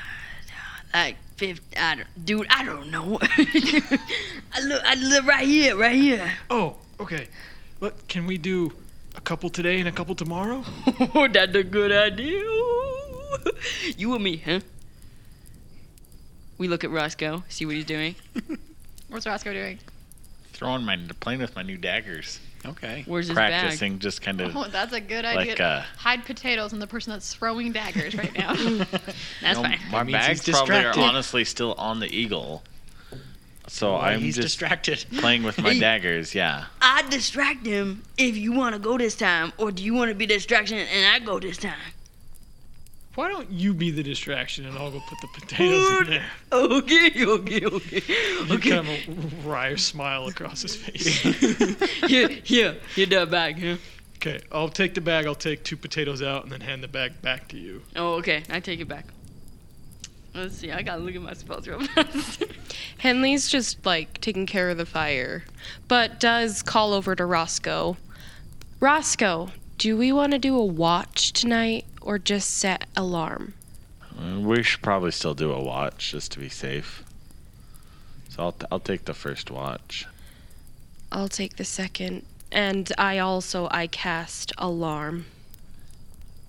Speaker 5: Like fifty? I don't, dude, I don't know. I look, I live right here, right here.
Speaker 8: Oh, okay. Look, can we do a couple today and a couple tomorrow?
Speaker 5: Oh, that's a good idea. You and me, huh? We look at Roscoe, see what he's doing.
Speaker 4: What's Roscoe doing?
Speaker 6: Throwing my, playing with my new daggers.
Speaker 2: Okay.
Speaker 5: Where's his bag?
Speaker 6: Practicing, just kind of
Speaker 4: Oh, that's a good idea.
Speaker 6: like, uh,
Speaker 4: Hide potatoes on the person that's throwing daggers right
Speaker 3: Mm.
Speaker 4: now.
Speaker 5: That's
Speaker 6: you know,
Speaker 5: fine.
Speaker 6: oh, my
Speaker 2: means he's
Speaker 6: bags probably are
Speaker 2: distracted.
Speaker 6: honestly still on the eagle. So
Speaker 2: Why
Speaker 6: I'm
Speaker 2: he's
Speaker 6: just
Speaker 2: distracted.
Speaker 6: playing with my
Speaker 5: He-
Speaker 6: daggers, yeah.
Speaker 5: I distract him if you want to go this time, or do you want to be distraction and I go this time?
Speaker 8: Why don't you be the distraction and I'll go put the potatoes in there?
Speaker 5: Okay, okay, okay.
Speaker 8: You kind of a wry smile across his face.
Speaker 5: Here, here, here, that bag. Here.
Speaker 8: okay, I'll take the bag. I'll take two potatoes out and then hand the bag back to you.
Speaker 5: Oh, okay. I take it back. Let's see. I gotta look at my spells real fast.
Speaker 3: Henley's just like taking care of the fire, but does call over to Roscoe. Roscoe, do we want to do a watch tonight or just set alarm?
Speaker 6: Uh, We should probably still do a watch just to be safe. So I'll, t- I'll take the first watch.
Speaker 3: I'll take the second. And I also I cast alarm.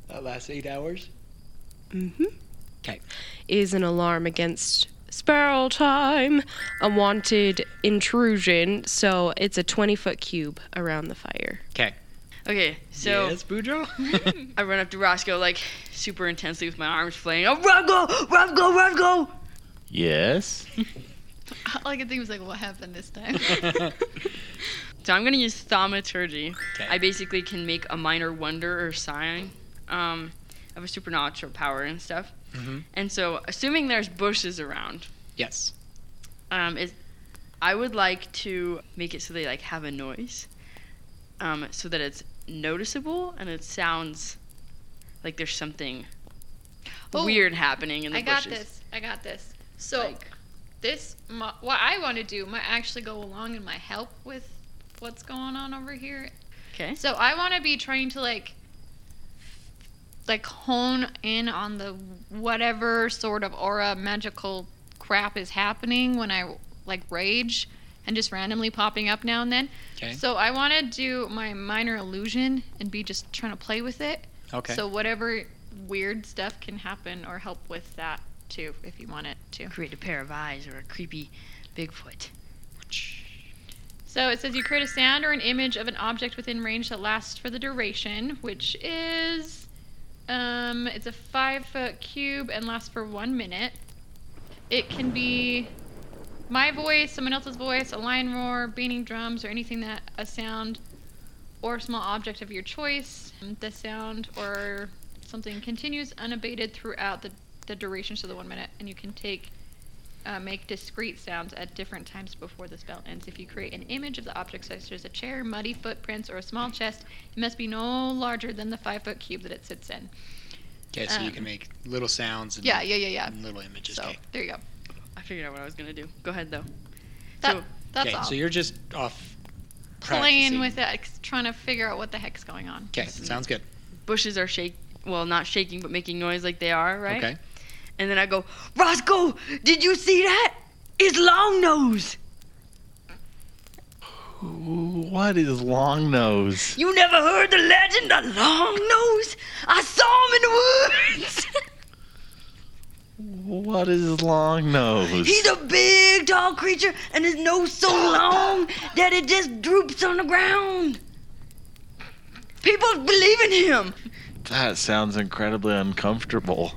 Speaker 10: That lasts eight hours.
Speaker 3: Mm-hmm.
Speaker 2: 'Kay.
Speaker 3: Is an alarm against sparrow time, unwanted intrusion. So it's a 20 foot cube around the fire.
Speaker 5: okay, so
Speaker 2: yes, Boudreaux.
Speaker 5: I run up to Roscoe like super intensely with my arms flailing. Oh, Roscoe, Roscoe, Roscoe!
Speaker 6: Yes.
Speaker 4: All I could think was like, what happened this time?
Speaker 5: So I'm gonna use thaumaturgy.
Speaker 2: 'Kay.
Speaker 5: I basically can make a minor wonder or sign um, of a supernatural power and stuff.
Speaker 2: Mhm.
Speaker 5: And so, assuming there's bushes around,
Speaker 2: yes.
Speaker 5: um, is I would like to make it so they like have a noise, um, so that it's noticeable and it sounds like there's something
Speaker 4: Oh,
Speaker 5: weird happening in the
Speaker 4: I got
Speaker 5: bushes.
Speaker 4: this. I got this. So
Speaker 5: Like-
Speaker 4: this, my, what I want to do might actually go along and might help with what's going on over here.
Speaker 5: 'Kay.
Speaker 4: So I want to be trying to like, like hone in on the whatever sort of aura magical crap is happening when I like rage and just randomly popping up now and then.
Speaker 2: 'Kay.
Speaker 4: So I want to do my minor illusion and be just trying to play with it.
Speaker 2: Okay.
Speaker 4: So whatever weird stuff can happen or help with that too, if you want it to.
Speaker 5: Create a pair of eyes or a creepy Bigfoot.
Speaker 4: So it says you create a sound or an image of an object within range that lasts for the duration, which is um, it's a five foot cube and lasts for one minute. It can be my voice, someone else's voice, a lion roar, beating drums, or anything that a sound or small object of your choice. Um, The sound or something continues unabated throughout the, the duration, so the one minute, and you can take uh, make discrete sounds at different times before the spell ends. If you create an image of the object, such as a chair, muddy footprints, or a small chest, it must be no larger than the five foot cube that it sits in.
Speaker 2: Okay, so you can
Speaker 4: um,
Speaker 2: make little sounds and,
Speaker 4: Yeah, yeah, yeah, yeah.
Speaker 2: and little images.
Speaker 4: So
Speaker 2: okay.
Speaker 4: there you go.
Speaker 5: I figured out what I was gonna do. Go ahead though.
Speaker 4: That-
Speaker 5: so
Speaker 4: That's
Speaker 2: okay,
Speaker 4: all.
Speaker 2: so you're just off
Speaker 4: Playing
Speaker 2: practicing.
Speaker 4: with it, ex- trying to figure out what the heck's going on.
Speaker 2: Okay, sounds good.
Speaker 5: bushes are shake. Well, not shaking, but making noise like they are, right?
Speaker 2: Okay.
Speaker 5: And then I go, Roscoe, did you see that? It's long nose.
Speaker 6: What is long nose?
Speaker 5: You never heard the legend of long nose? I saw him in the woods.
Speaker 6: What is long nose?
Speaker 5: He's a big, tall creature, and his nose so long that it just droops on the ground. People believe in him.
Speaker 6: That sounds incredibly uncomfortable.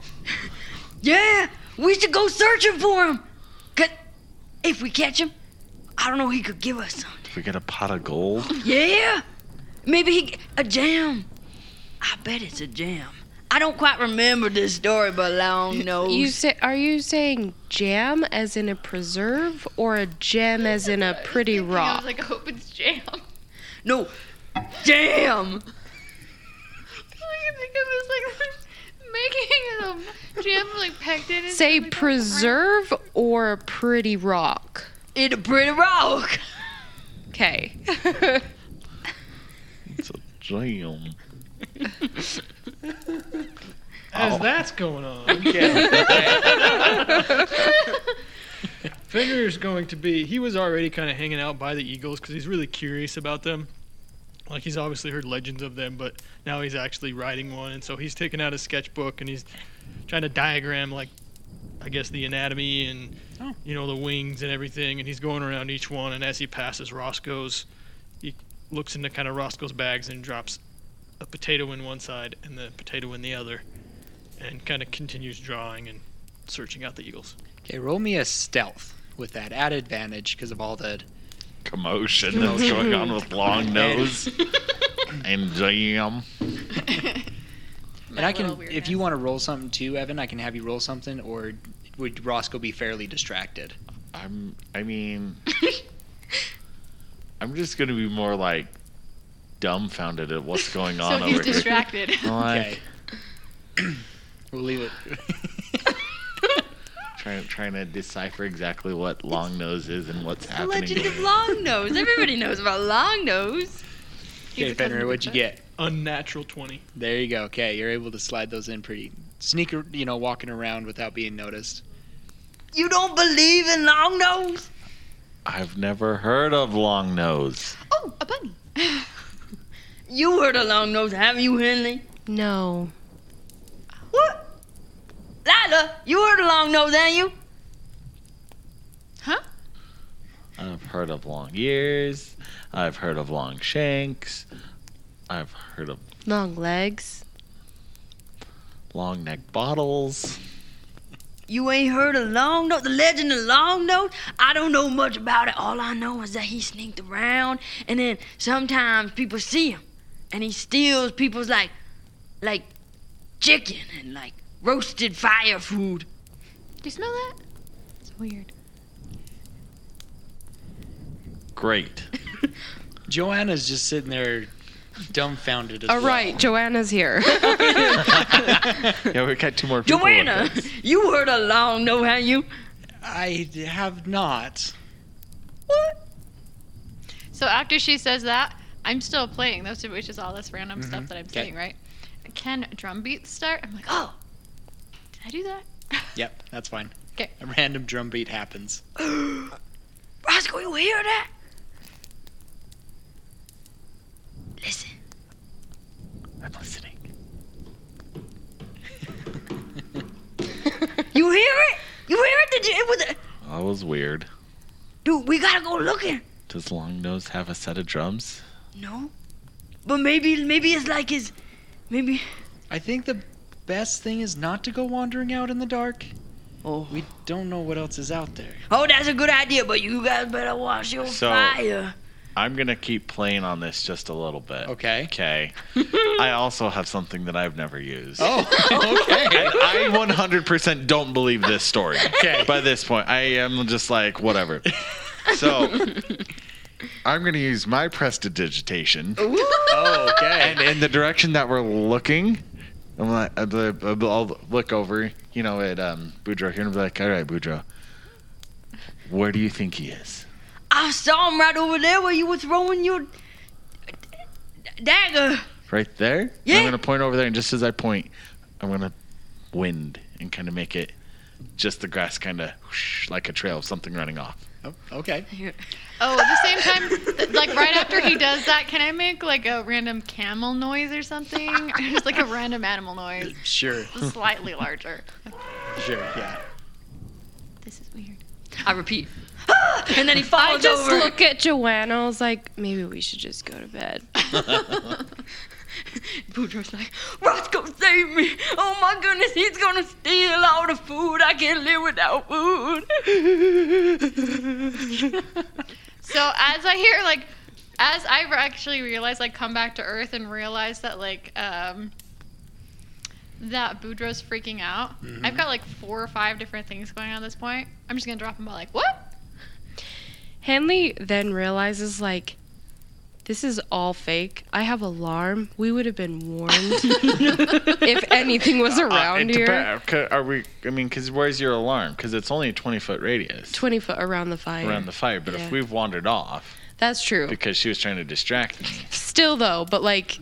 Speaker 5: Yeah, we should go searching for him. 'Cause if we catch him, I don't know, he could give us something.
Speaker 6: If we get a pot of gold,
Speaker 5: Yeah, maybe he a jam. I bet it's a jam. I don't quite remember this story, but long nose.
Speaker 3: You say, are you saying jam as in a preserve or a gem as in a pretty
Speaker 4: Thinking, I was
Speaker 3: rock?
Speaker 4: like, I hope it's jam. I
Speaker 5: no, jam.
Speaker 4: can think of this like making it a jam like pectin. and
Speaker 3: Say
Speaker 4: stuff like that.
Speaker 3: preserve or pretty rock.
Speaker 5: It's a pretty rock.
Speaker 3: Okay.
Speaker 6: it's a jam.
Speaker 8: As
Speaker 6: Oh.
Speaker 8: that's going on, Fenrir's going to be. He was already kind of hanging out by the Eagles because he's really curious about them. Like he's obviously heard legends of them, but now he's actually riding one, and so he's taking out his sketchbook and he's trying to diagram like, I guess the anatomy and
Speaker 2: Oh.
Speaker 8: you know the wings and everything, and he's going around each one. And as he passes Roscoe's, he looks into kind of Roscoe's bags and drops a potato in one side and the potato in the other, and kind of continues drawing and searching out the Eagles.
Speaker 2: Okay, roll me a stealth with that at advantage because of all the
Speaker 6: Commotion that's going on with long nose and jam.
Speaker 2: And I can,
Speaker 5: little
Speaker 2: if you want to roll something too, Evan, I can have you roll something, or would Roscoe be fairly distracted?
Speaker 6: I'm. I mean, I'm just gonna be more like dumbfounded at what's going on
Speaker 4: so
Speaker 6: over
Speaker 4: he's distracted.
Speaker 6: here. Like,
Speaker 2: Okay. we'll leave it.
Speaker 6: Trying trying to decipher exactly what long nose is and what's
Speaker 5: The
Speaker 6: happening.
Speaker 5: Legend of
Speaker 6: here.
Speaker 5: Long Nose. Everybody knows about Long Nose.
Speaker 2: okay, Fenrir, what'd you get?
Speaker 8: Unnatural 20.
Speaker 2: There you go. Okay, you're able to slide those in pretty sneaker, you know, walking around without being noticed.
Speaker 5: You don't believe in Long Nose?
Speaker 6: I've never heard of long nose.
Speaker 5: Oh, a bunny. you heard of Long Nose, haven't you, Henley?
Speaker 3: No.
Speaker 5: What? Lila, you heard of Long Nose, haven't you?
Speaker 4: Huh?
Speaker 6: I've heard of long ears. I've heard of long shanks. I've heard of
Speaker 3: Long legs.
Speaker 6: long neck bottles.
Speaker 5: You ain't heard of Long Nose, the legend of Long Nose? I don't know much about it. All I know is that he sneaked around, and then sometimes people see him, and he steals people's like, like, chicken and like roasted fire food.
Speaker 4: Do you smell that? It's weird.
Speaker 6: Great.
Speaker 2: Joanna's just sitting there dumbfounded as
Speaker 3: All
Speaker 2: well.
Speaker 3: right, Joanna's here.
Speaker 6: Yeah, we got two more people. with
Speaker 5: Joanna,
Speaker 6: us.
Speaker 5: you heard of Long Nose, have you?
Speaker 2: I have not.
Speaker 4: So after she says that, I'm still playing. That's which is all this random stuff that I'm
Speaker 2: Mm-hmm. Okay.
Speaker 4: saying, right? Can drum beats start? I'm like, oh, did I do that?
Speaker 2: Yep, that's fine.
Speaker 4: 'Kay.
Speaker 2: A random drum beat happens.
Speaker 5: Roscoe, you hear that? Listen.
Speaker 6: I'm listening.
Speaker 5: You hear it? You hear it? Did you? It was a,
Speaker 6: That was weird.
Speaker 5: dude, we gotta go looking.
Speaker 6: Does long nose have a set of drums?
Speaker 5: No. But maybe, maybe it's like his, maybe.
Speaker 2: I think the best thing is not to go wandering out in the dark.
Speaker 5: Oh.
Speaker 2: We don't know what else is out there.
Speaker 5: Oh, that's a good idea, but you guys better watch your
Speaker 6: So-
Speaker 5: fire.
Speaker 6: I'm gonna keep playing on this just a little bit.
Speaker 2: Okay.
Speaker 6: Okay. I also have something that I've never used.
Speaker 2: Oh, okay.
Speaker 6: And I 100% don't believe this story.
Speaker 2: Okay.
Speaker 6: By this point, I am just like whatever. So I'm gonna use my prestidigitation,
Speaker 2: oh, okay.
Speaker 6: and in the direction that we're looking, I'm like, uh, I'll look over, you know, at um, Boudreaux here, and be like, "All right, Boudreaux, where do you think he is?"
Speaker 5: I saw him right over there where you were throwing your dagger.
Speaker 6: right there.
Speaker 5: Yeah.
Speaker 6: I'm gonna point over there, and just as I point, I'm gonna wind and kind of make it just the grass kind of like a trail of something running off.
Speaker 2: Oh, okay.
Speaker 4: Oh, at the same time, th- like right after he does that, can I make like a random camel noise or something? Or just like a random animal noise,
Speaker 2: Sure,
Speaker 4: slightly larger.
Speaker 2: sure, yeah.
Speaker 4: This is weird.
Speaker 5: I repeat. and then he
Speaker 3: I
Speaker 5: falls
Speaker 3: just
Speaker 5: over.
Speaker 3: look at Joanna. I was like, maybe we should just go to bed.
Speaker 5: Boudreaux's like, Roscoe, save me. Oh my goodness, he's gonna steal all the food. I can't live without food.
Speaker 4: So as I hear like, as I re- actually realize, like, come back to Earth and realize that like, um, that Boudreaux's freaking out.
Speaker 2: Mm-hmm.
Speaker 4: I've got like four or five different things going on at this point. I'm just gonna drop him by like, what?
Speaker 3: Hanley then realizes, like, this is all fake. I have alarm. We would have been warned if anything
Speaker 6: Uh,
Speaker 3: was around here.
Speaker 6: Are we? I mean, because where's your alarm? Because it's only a 20 foot radius
Speaker 3: 20 foot around the fire.
Speaker 6: around the fire. But
Speaker 3: Yeah.
Speaker 6: if we've wandered off
Speaker 3: That's true.
Speaker 6: because she was trying to distract me,
Speaker 3: Still, though, but like,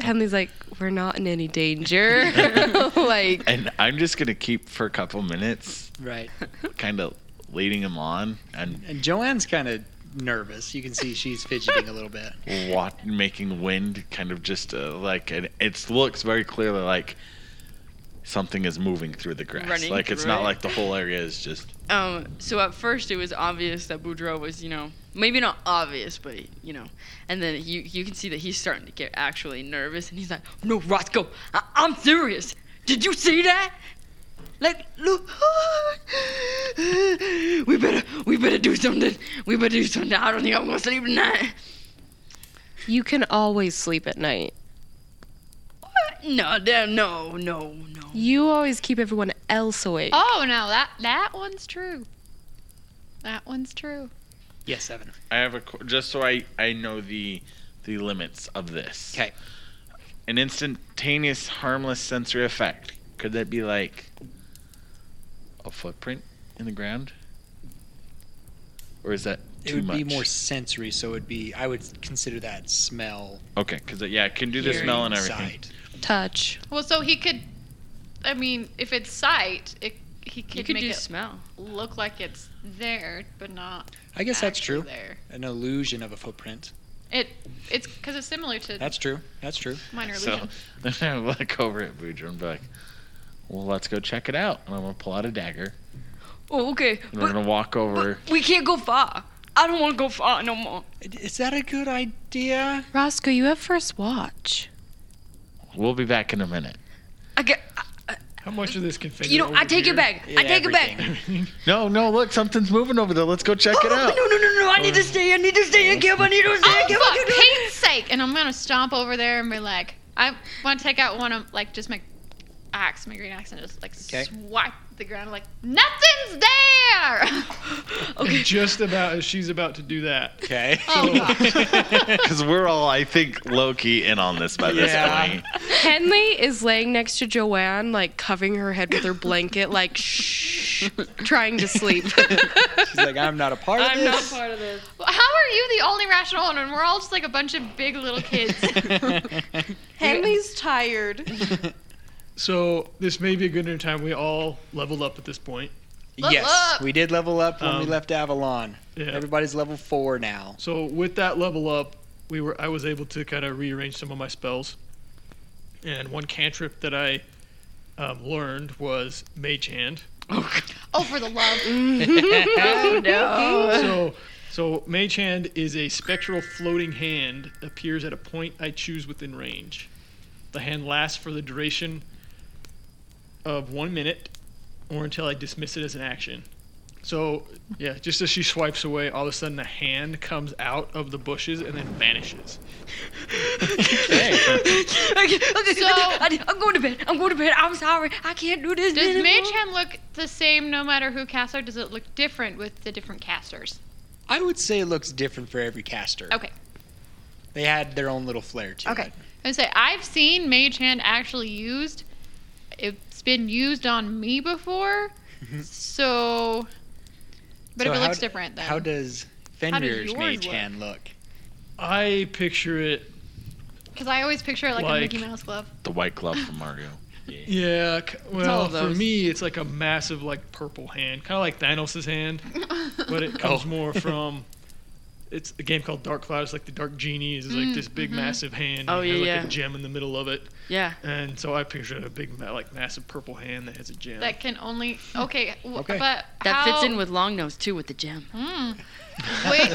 Speaker 3: Henley's like, we're not in any danger. like,
Speaker 6: and I'm just gonna keep for a couple minutes,
Speaker 2: Right.
Speaker 6: kind of leading him on and
Speaker 2: And Joanne's kind of nervous. You can see she's fidgeting a little bit.
Speaker 6: wa- making wind kind of just uh, like it, it looks very clearly like something is moving through the grass
Speaker 5: Running
Speaker 6: like it's
Speaker 5: through
Speaker 6: not
Speaker 5: it.
Speaker 6: like the whole area is just
Speaker 5: um, so at first it was obvious that Boudreaux was, you know, maybe not obvious, but you know, and then you you can see that he's starting to get actually nervous, and he's like, "No, Roscoe, I- I'm serious. Did you see that? Like, look, we better we better do something. We better do something. I don't think I'm gonna sleep tonight."
Speaker 3: you can always sleep at night.
Speaker 5: What?
Speaker 9: No, there, no, no, no.
Speaker 3: You always keep everyone else awake.
Speaker 4: Oh no, that that one's true. That one's true.
Speaker 2: Yes, Evan.
Speaker 6: I have a qu- just so I I know the the limits of this.
Speaker 2: Okay.
Speaker 6: An instantaneous harmless sensory effect. Could that be like a footprint in the ground? Or is that
Speaker 2: It
Speaker 6: too
Speaker 2: would
Speaker 6: much?
Speaker 2: be more sensory, so it would be. I would consider that smell.
Speaker 6: okay, because yeah, it can do the
Speaker 2: hearing,
Speaker 6: smell and everything.
Speaker 2: sight.
Speaker 3: Touch.
Speaker 4: Well, so he could. I mean, if it's sight, it he could,
Speaker 5: You could
Speaker 4: make
Speaker 5: do
Speaker 4: it
Speaker 5: smell.
Speaker 4: look like it's there, but not.
Speaker 2: I guess that's
Speaker 4: actually
Speaker 2: true.
Speaker 4: There,
Speaker 2: An illusion of a footprint.
Speaker 4: it it's because it's similar to
Speaker 2: That's true. That's true.
Speaker 4: minor
Speaker 6: So
Speaker 4: illusion.
Speaker 6: then I look over at Boudreaux and be like, "Well, let's go check it out." And I'm gonna pull out a dagger
Speaker 9: Oh, okay.
Speaker 6: and we're
Speaker 9: But,
Speaker 6: gonna walk over.
Speaker 9: but we can't go far. I don't want to go far no more.
Speaker 2: Is that a good idea?
Speaker 3: Roscoe, you have first watch.
Speaker 6: We'll be back in a minute.
Speaker 9: I get,
Speaker 8: How much of this can fit
Speaker 9: you know,
Speaker 8: over
Speaker 9: I take
Speaker 8: here?
Speaker 9: it back. I take it back.
Speaker 6: No, no, look, something's moving over there. Let's go check
Speaker 9: Oh,
Speaker 6: it out.
Speaker 9: no, no, no, no. I need to stay. I need to stay in camp. I need to stay in camp. I
Speaker 4: Oh,
Speaker 9: can't
Speaker 4: for
Speaker 9: do it.
Speaker 4: Pete's sake! And I'm gonna stomp over there and be like, I want to take out one of like just my axe, my green axe, and just like
Speaker 2: Okay.
Speaker 4: swipe the ground like nothing's there.
Speaker 8: And just about as she's about to do that,
Speaker 2: Okay.
Speaker 4: oh gosh.
Speaker 6: Because we're all, I think, low key in on this by this
Speaker 2: Yeah.
Speaker 6: point.
Speaker 3: Henley is laying next to Joanne, like covering her head with her blanket, like shh, trying to sleep.
Speaker 2: She's like, I'm not a part of
Speaker 5: I'm not
Speaker 2: this.
Speaker 5: part of this.
Speaker 4: How are you the only rational one and we're all just like a bunch of big little kids?
Speaker 3: Henley's tired.
Speaker 8: so this may be a good enough time. We all leveled up at this point.
Speaker 4: Level
Speaker 2: yes,
Speaker 4: up.
Speaker 2: we did level up when we
Speaker 8: Um,
Speaker 2: left Avalon.
Speaker 8: Yeah.
Speaker 2: Everybody's level four now.
Speaker 8: So with that level up, we were I was able to kind of rearrange some of my spells, and one cantrip that I um, learned was Mage Hand.
Speaker 4: oh, for the love.
Speaker 8: so so mage hand is a spectral floating hand appears at a point i choose within range the hand lasts for the duration of one minute or until i dismiss it as an action so yeah just as she swipes away all of a sudden a hand comes out of the bushes and then vanishes
Speaker 9: I can't- okay, okay,
Speaker 4: So-
Speaker 9: I- I'm going to bed. I'm going to bed. I'm sorry. I can't do this.
Speaker 4: Does
Speaker 9: anymore.
Speaker 4: Mage Hand look the same no matter who casts it? Does it look different with the different casters?
Speaker 2: I would say it looks different for every caster.
Speaker 4: Okay.
Speaker 2: They had their own little flair to
Speaker 4: Okay.
Speaker 2: it.
Speaker 4: I say I've seen Mage Hand actually used. It's been used on me before, so.
Speaker 2: Mm-hmm. So
Speaker 4: But if it
Speaker 2: how
Speaker 4: looks
Speaker 2: d-
Speaker 4: different, then
Speaker 2: How does Fenrir's
Speaker 4: yours
Speaker 2: mage
Speaker 4: look?
Speaker 2: hand look?
Speaker 8: i picture it
Speaker 4: because I always picture it like, a
Speaker 8: Like-
Speaker 4: Mickey Mouse glove.
Speaker 6: The white glove from Mario.
Speaker 8: yeah c-
Speaker 3: all
Speaker 8: well
Speaker 3: of
Speaker 8: for
Speaker 3: those.
Speaker 8: me it's like a massive like purple hand kind of like thanos' hand but it comes more from it's a game called Dark Cloud. It's like the Dark Genie is like this big massive hand. and
Speaker 9: Oh,
Speaker 8: you have,
Speaker 9: yeah,
Speaker 8: like
Speaker 9: yeah.
Speaker 8: a gem in the middle of it.
Speaker 9: Yeah.
Speaker 8: And so I pictured a big ma- like massive purple hand that has a gem.
Speaker 4: that can only okay. W-
Speaker 2: Okay.
Speaker 4: But
Speaker 9: That
Speaker 4: how, hmm.
Speaker 9: fits in with long nose too, with the gem.
Speaker 4: weight,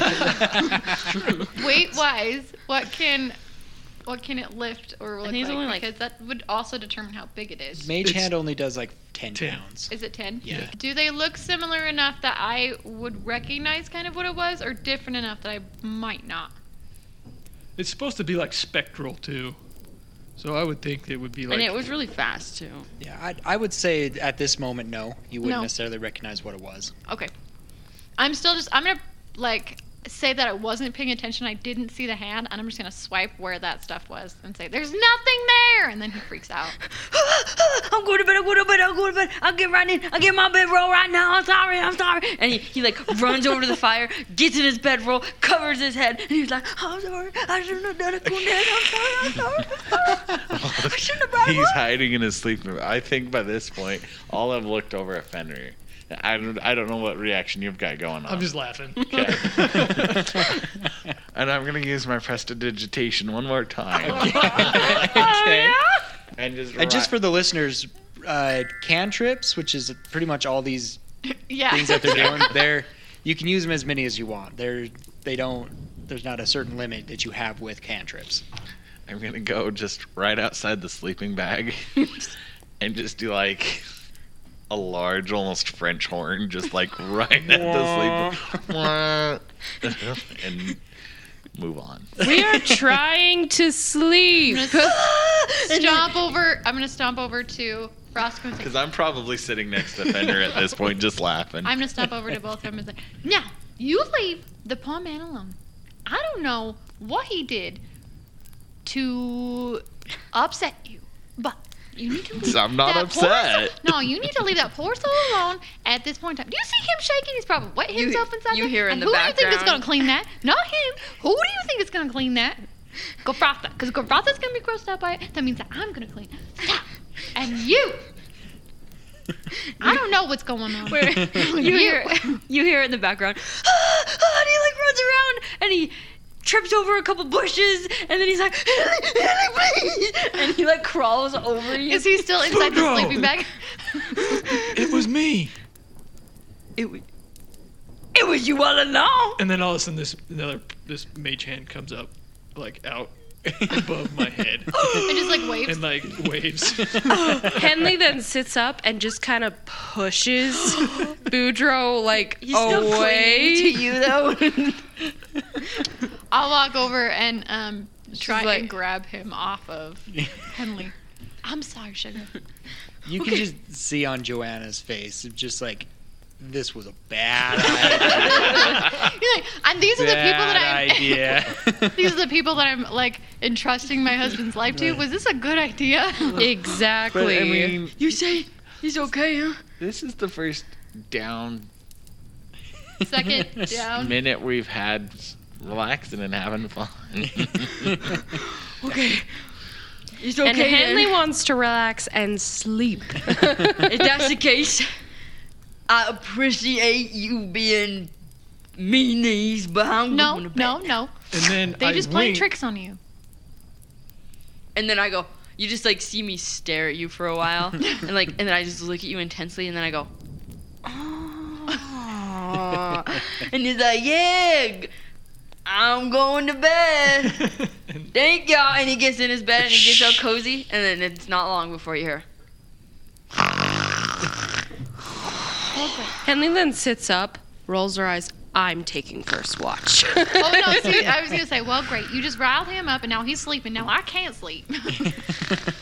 Speaker 4: weight wise. What can what can it lift or look
Speaker 5: think it's
Speaker 4: like?
Speaker 5: only, like-
Speaker 4: Because that would also determine how big it is.
Speaker 2: Mage
Speaker 8: It's-
Speaker 2: hand only does like 10,
Speaker 8: Ten.
Speaker 2: pounds.
Speaker 4: Is it 10?
Speaker 2: Yeah.
Speaker 4: Do they look similar enough that I would recognize kind of what it was, or different enough that I might not?
Speaker 8: it's supposed to be like spectral too. So I would think it would be like
Speaker 5: and it was really fast too.
Speaker 2: Yeah, I, I would say at this moment, no. You wouldn't
Speaker 4: No.
Speaker 2: necessarily recognize what it was.
Speaker 4: Okay. I'm still just, I'm going to like say that I wasn't paying attention. I didn't see the hand, and I'm just going to swipe where that stuff was and say, there's nothing there. And then he freaks out.
Speaker 9: I'm going to bed. I'm going to bed. I'm going to bed. I'll get right in. I'll get my bedroll right now. I'm sorry. I'm sorry. And he, he like runs over to the fire, gets in his bedroll, covers his head, and he's like, I'm sorry. I shouldn't have done it. Cool Dad. I'm sorry. I'm sorry. I'm sorry. I shouldn't have brought him
Speaker 6: He's
Speaker 9: up."
Speaker 6: hiding in his sleep room. I think by this point, all I've looked over at Fenrir. I don't, I don't know what reaction you've got going on.
Speaker 8: I'm just laughing.
Speaker 6: Okay. and I'm going to use my prestidigitation one more time.
Speaker 4: Oh,
Speaker 2: okay.
Speaker 6: and just,
Speaker 2: And just
Speaker 6: ri-
Speaker 2: for the listeners, uh, cantrips, which is pretty much all these
Speaker 4: yeah.
Speaker 2: things that they're doing, they're you can use them as many as you want. They're they don't there's not a certain limit that you have with cantrips.
Speaker 6: I'm going to go just right outside the sleeping bag and just do like a large, almost French horn, just like right at the sleep and move on.
Speaker 3: We are trying to sleep.
Speaker 4: stomp over. I'm gonna stomp over to Roscoe and say,
Speaker 6: Because I'm probably sitting next to Fender at this point, just laughing.
Speaker 4: I'm gonna stop over to both of them and say, "Now you leave the poor man alone. I don't know what he did to upset you, but you need to leave.
Speaker 6: I'm not
Speaker 4: that poor
Speaker 6: upset.
Speaker 4: soul- no, you need to leave that poor soul alone at this point in time. Do you see him shaking? He's probably wet
Speaker 5: You-
Speaker 4: himself inside
Speaker 5: you
Speaker 4: there.
Speaker 5: hear in
Speaker 4: and
Speaker 5: the
Speaker 4: who do you think is
Speaker 5: background.
Speaker 4: gonna clean that? Not him. Who do you think is gonna clean that? Gofrotha, because Gofrotha's gonna be grossed out by it. That means that I'm gonna clean. it. Stop. And you. I don't know what's going on.
Speaker 5: Where you hear you hear in the background, ah, ah," and he like runs around and he trips over a couple bushes and then he's like, "Ellie, Ellie, please!" and he like crawls over you.
Speaker 4: Is he still inside the
Speaker 8: Scoundrel!
Speaker 4: sleeping bag?
Speaker 8: It was me.
Speaker 9: It was, it was you all along.
Speaker 8: And then all of a sudden, this another this mage hand comes up, like out above my head
Speaker 4: And just like waves.
Speaker 8: and like waves.
Speaker 3: Henley then sits up and just kind of pushes Boudreaux like away.
Speaker 9: to you though.
Speaker 4: I'll walk over and um, try
Speaker 5: like-
Speaker 4: and grab him off of Henley. I'm sorry, sugar.
Speaker 2: You can just see on Joanna's face, just like, this was a bad idea.
Speaker 4: You're like, and these are the people that I'm.
Speaker 2: Bad idea.
Speaker 4: these are the people that I'm like entrusting my husband's life to. Was this a good idea?
Speaker 3: Exactly.
Speaker 6: But, I mean,
Speaker 9: you say he's okay, huh?
Speaker 6: this is the first down
Speaker 4: Second
Speaker 2: Oh.
Speaker 4: down.
Speaker 6: minute we've had relaxing and having fun.
Speaker 9: Okay. He's okay.
Speaker 3: and Henley
Speaker 9: then.
Speaker 3: wants to relax and sleep.
Speaker 9: if that's the case, I appreciate you being me knees, but I'm
Speaker 4: No,
Speaker 9: going to bed.
Speaker 4: no, no.
Speaker 8: And then
Speaker 4: They
Speaker 8: I
Speaker 4: just playing
Speaker 8: wink.
Speaker 4: tricks on you.
Speaker 5: and then I go, you just like see me stare at you for a while, and like, and then I just look at you intensely, and then I go, "Ah."
Speaker 9: Aw. and he's like, yeah, g- I'm going to bed.
Speaker 8: and
Speaker 5: thank y'all, and he gets in his bed and he gets all cozy, and then it's not long before you hear.
Speaker 3: Henley then sits up, rolls her eyes. I'm taking first watch.
Speaker 4: Oh no! See, I was gonna say, well, great. You just riled him up, and now he's sleeping. Now I can't sleep.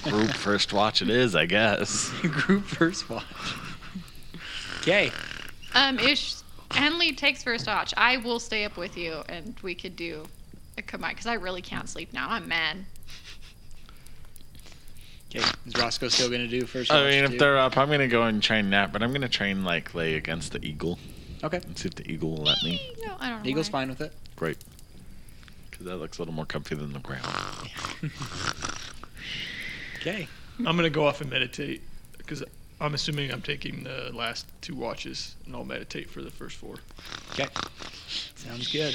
Speaker 6: Group first watch it is, I guess.
Speaker 2: Group first watch. Okay.
Speaker 4: Um, ish. Henley takes first watch. I will stay up with you, and we could do a combine because I really can't sleep now. I'm mad.
Speaker 2: Okay. Is Roscoe still gonna do first?
Speaker 6: I
Speaker 2: watch,
Speaker 6: mean, if
Speaker 2: too?
Speaker 6: they're up, I'm gonna go and try and nap, but I'm gonna try and like lay against the eagle
Speaker 2: okay.
Speaker 6: and see if the eagle will let me.
Speaker 4: No, I don't know.
Speaker 2: Eagle's
Speaker 4: why.
Speaker 2: fine with it.
Speaker 6: Great, because that looks a little more comfy than the ground.
Speaker 2: Okay.
Speaker 8: I'm gonna go off and meditate because I'm assuming I'm taking the last two watches, and I'll meditate for the first four.
Speaker 2: Okay. Sounds good.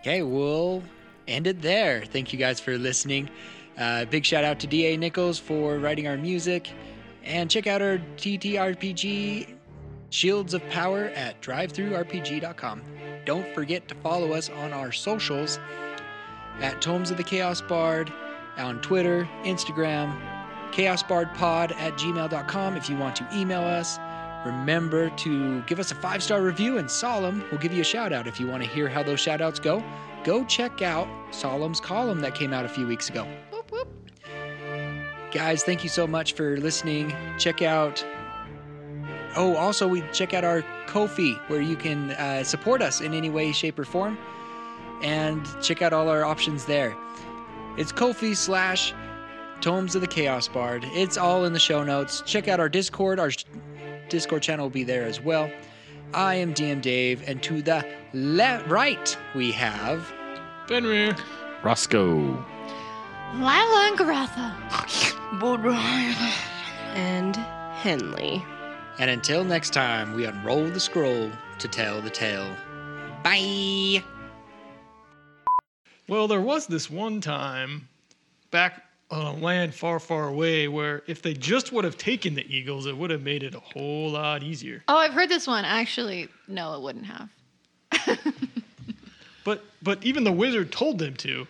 Speaker 2: Okay, we'll end it there. Thank you guys for listening. Uh, big shout out to DA Nichols for writing our music. And check out our TTRPG Shields of Power at drivethroughrpg.com. Don't forget to follow us on our socials at Tomes of the Chaos Bard on Twitter, Instagram, chaosbardpod at gmail.com if you want to email us. Remember to give us a five star review, and Solemn will give you a shout out. If you want to hear how those shout outs go, go check out Solemn's column that came out a few weeks ago.
Speaker 4: Whoop, whoop.
Speaker 2: Guys, thank you so much for listening. Check out. Oh, also, we check out our Ko-fi, where you can uh, support us in any way, shape, or form, and check out all our options there. It's Ko-fi slash Tomes of the Chaos Bard. It's all in the show notes. Check out our Discord. Our sh- Discord channel will be there as well. I am DM Dave, and to the le- right we have
Speaker 8: Fenrir.
Speaker 6: Roscoe.
Speaker 4: Lila and Garatha.
Speaker 3: and Henley.
Speaker 2: And until next time, we unroll the scroll to tell the tale. Bye!
Speaker 8: Well, there was this one time back on a land far, far away where if they just would have taken the eagles, it would have made it a whole lot easier.
Speaker 4: Oh, I've heard this one. Actually, no, it wouldn't have.
Speaker 8: But but even the wizard told them to.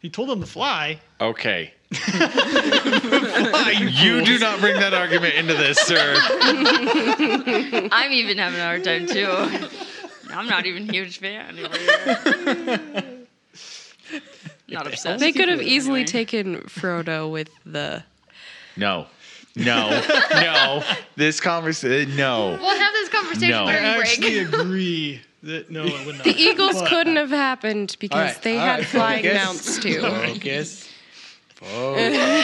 Speaker 8: He told them to fly.
Speaker 6: Okay. you do not bring that argument into this, sir.
Speaker 5: I'm even having a hard time too. I'm not even a huge fan. Not obsessed.
Speaker 3: They could have
Speaker 5: Anyway.
Speaker 3: easily taken Frodo with the.
Speaker 6: No. No. no. This conversation. No.
Speaker 4: We'll have this conversation
Speaker 6: No.
Speaker 4: during
Speaker 8: I
Speaker 4: break.
Speaker 8: actually agree that no, it would not.
Speaker 3: The Eagles
Speaker 8: But
Speaker 3: couldn't have happened because
Speaker 7: right,
Speaker 3: they
Speaker 7: all
Speaker 3: had
Speaker 7: right,
Speaker 3: flying
Speaker 7: focus.
Speaker 3: mounts too.
Speaker 7: Focus.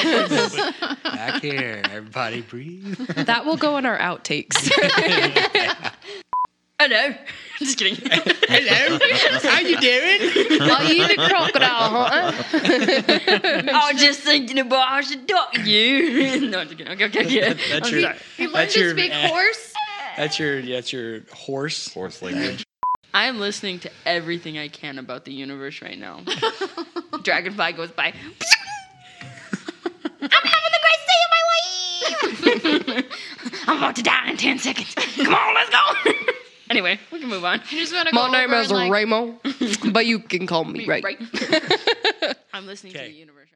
Speaker 2: Back here, everybody breathe.
Speaker 3: that will go in our outtakes.
Speaker 5: Hello. Just kidding. Hello.
Speaker 7: How you doing?
Speaker 3: Are you the crocodile, huh?
Speaker 5: I was just thinking about how I should talk to you. no, I'm just kidding. Okay, okay, okay.
Speaker 7: That's your.
Speaker 4: He learned
Speaker 7: That's
Speaker 4: to
Speaker 7: your-
Speaker 4: speak
Speaker 7: eh.
Speaker 4: horse.
Speaker 7: That's your. That's your horse.
Speaker 6: Horse language.
Speaker 5: I am listening to everything I can about the universe right now. Dragonfly goes by.
Speaker 9: I'm having the greatest day of my life. I'm about to die in 10 seconds. Come on, let's go.
Speaker 5: Anyway, we can move on.
Speaker 4: I just want to
Speaker 3: My
Speaker 4: go over
Speaker 3: name
Speaker 4: and
Speaker 3: is
Speaker 4: like,
Speaker 3: Ramo, but you can call Oh, me right.
Speaker 5: I'm listening to
Speaker 7: Okay.
Speaker 5: the universe right now.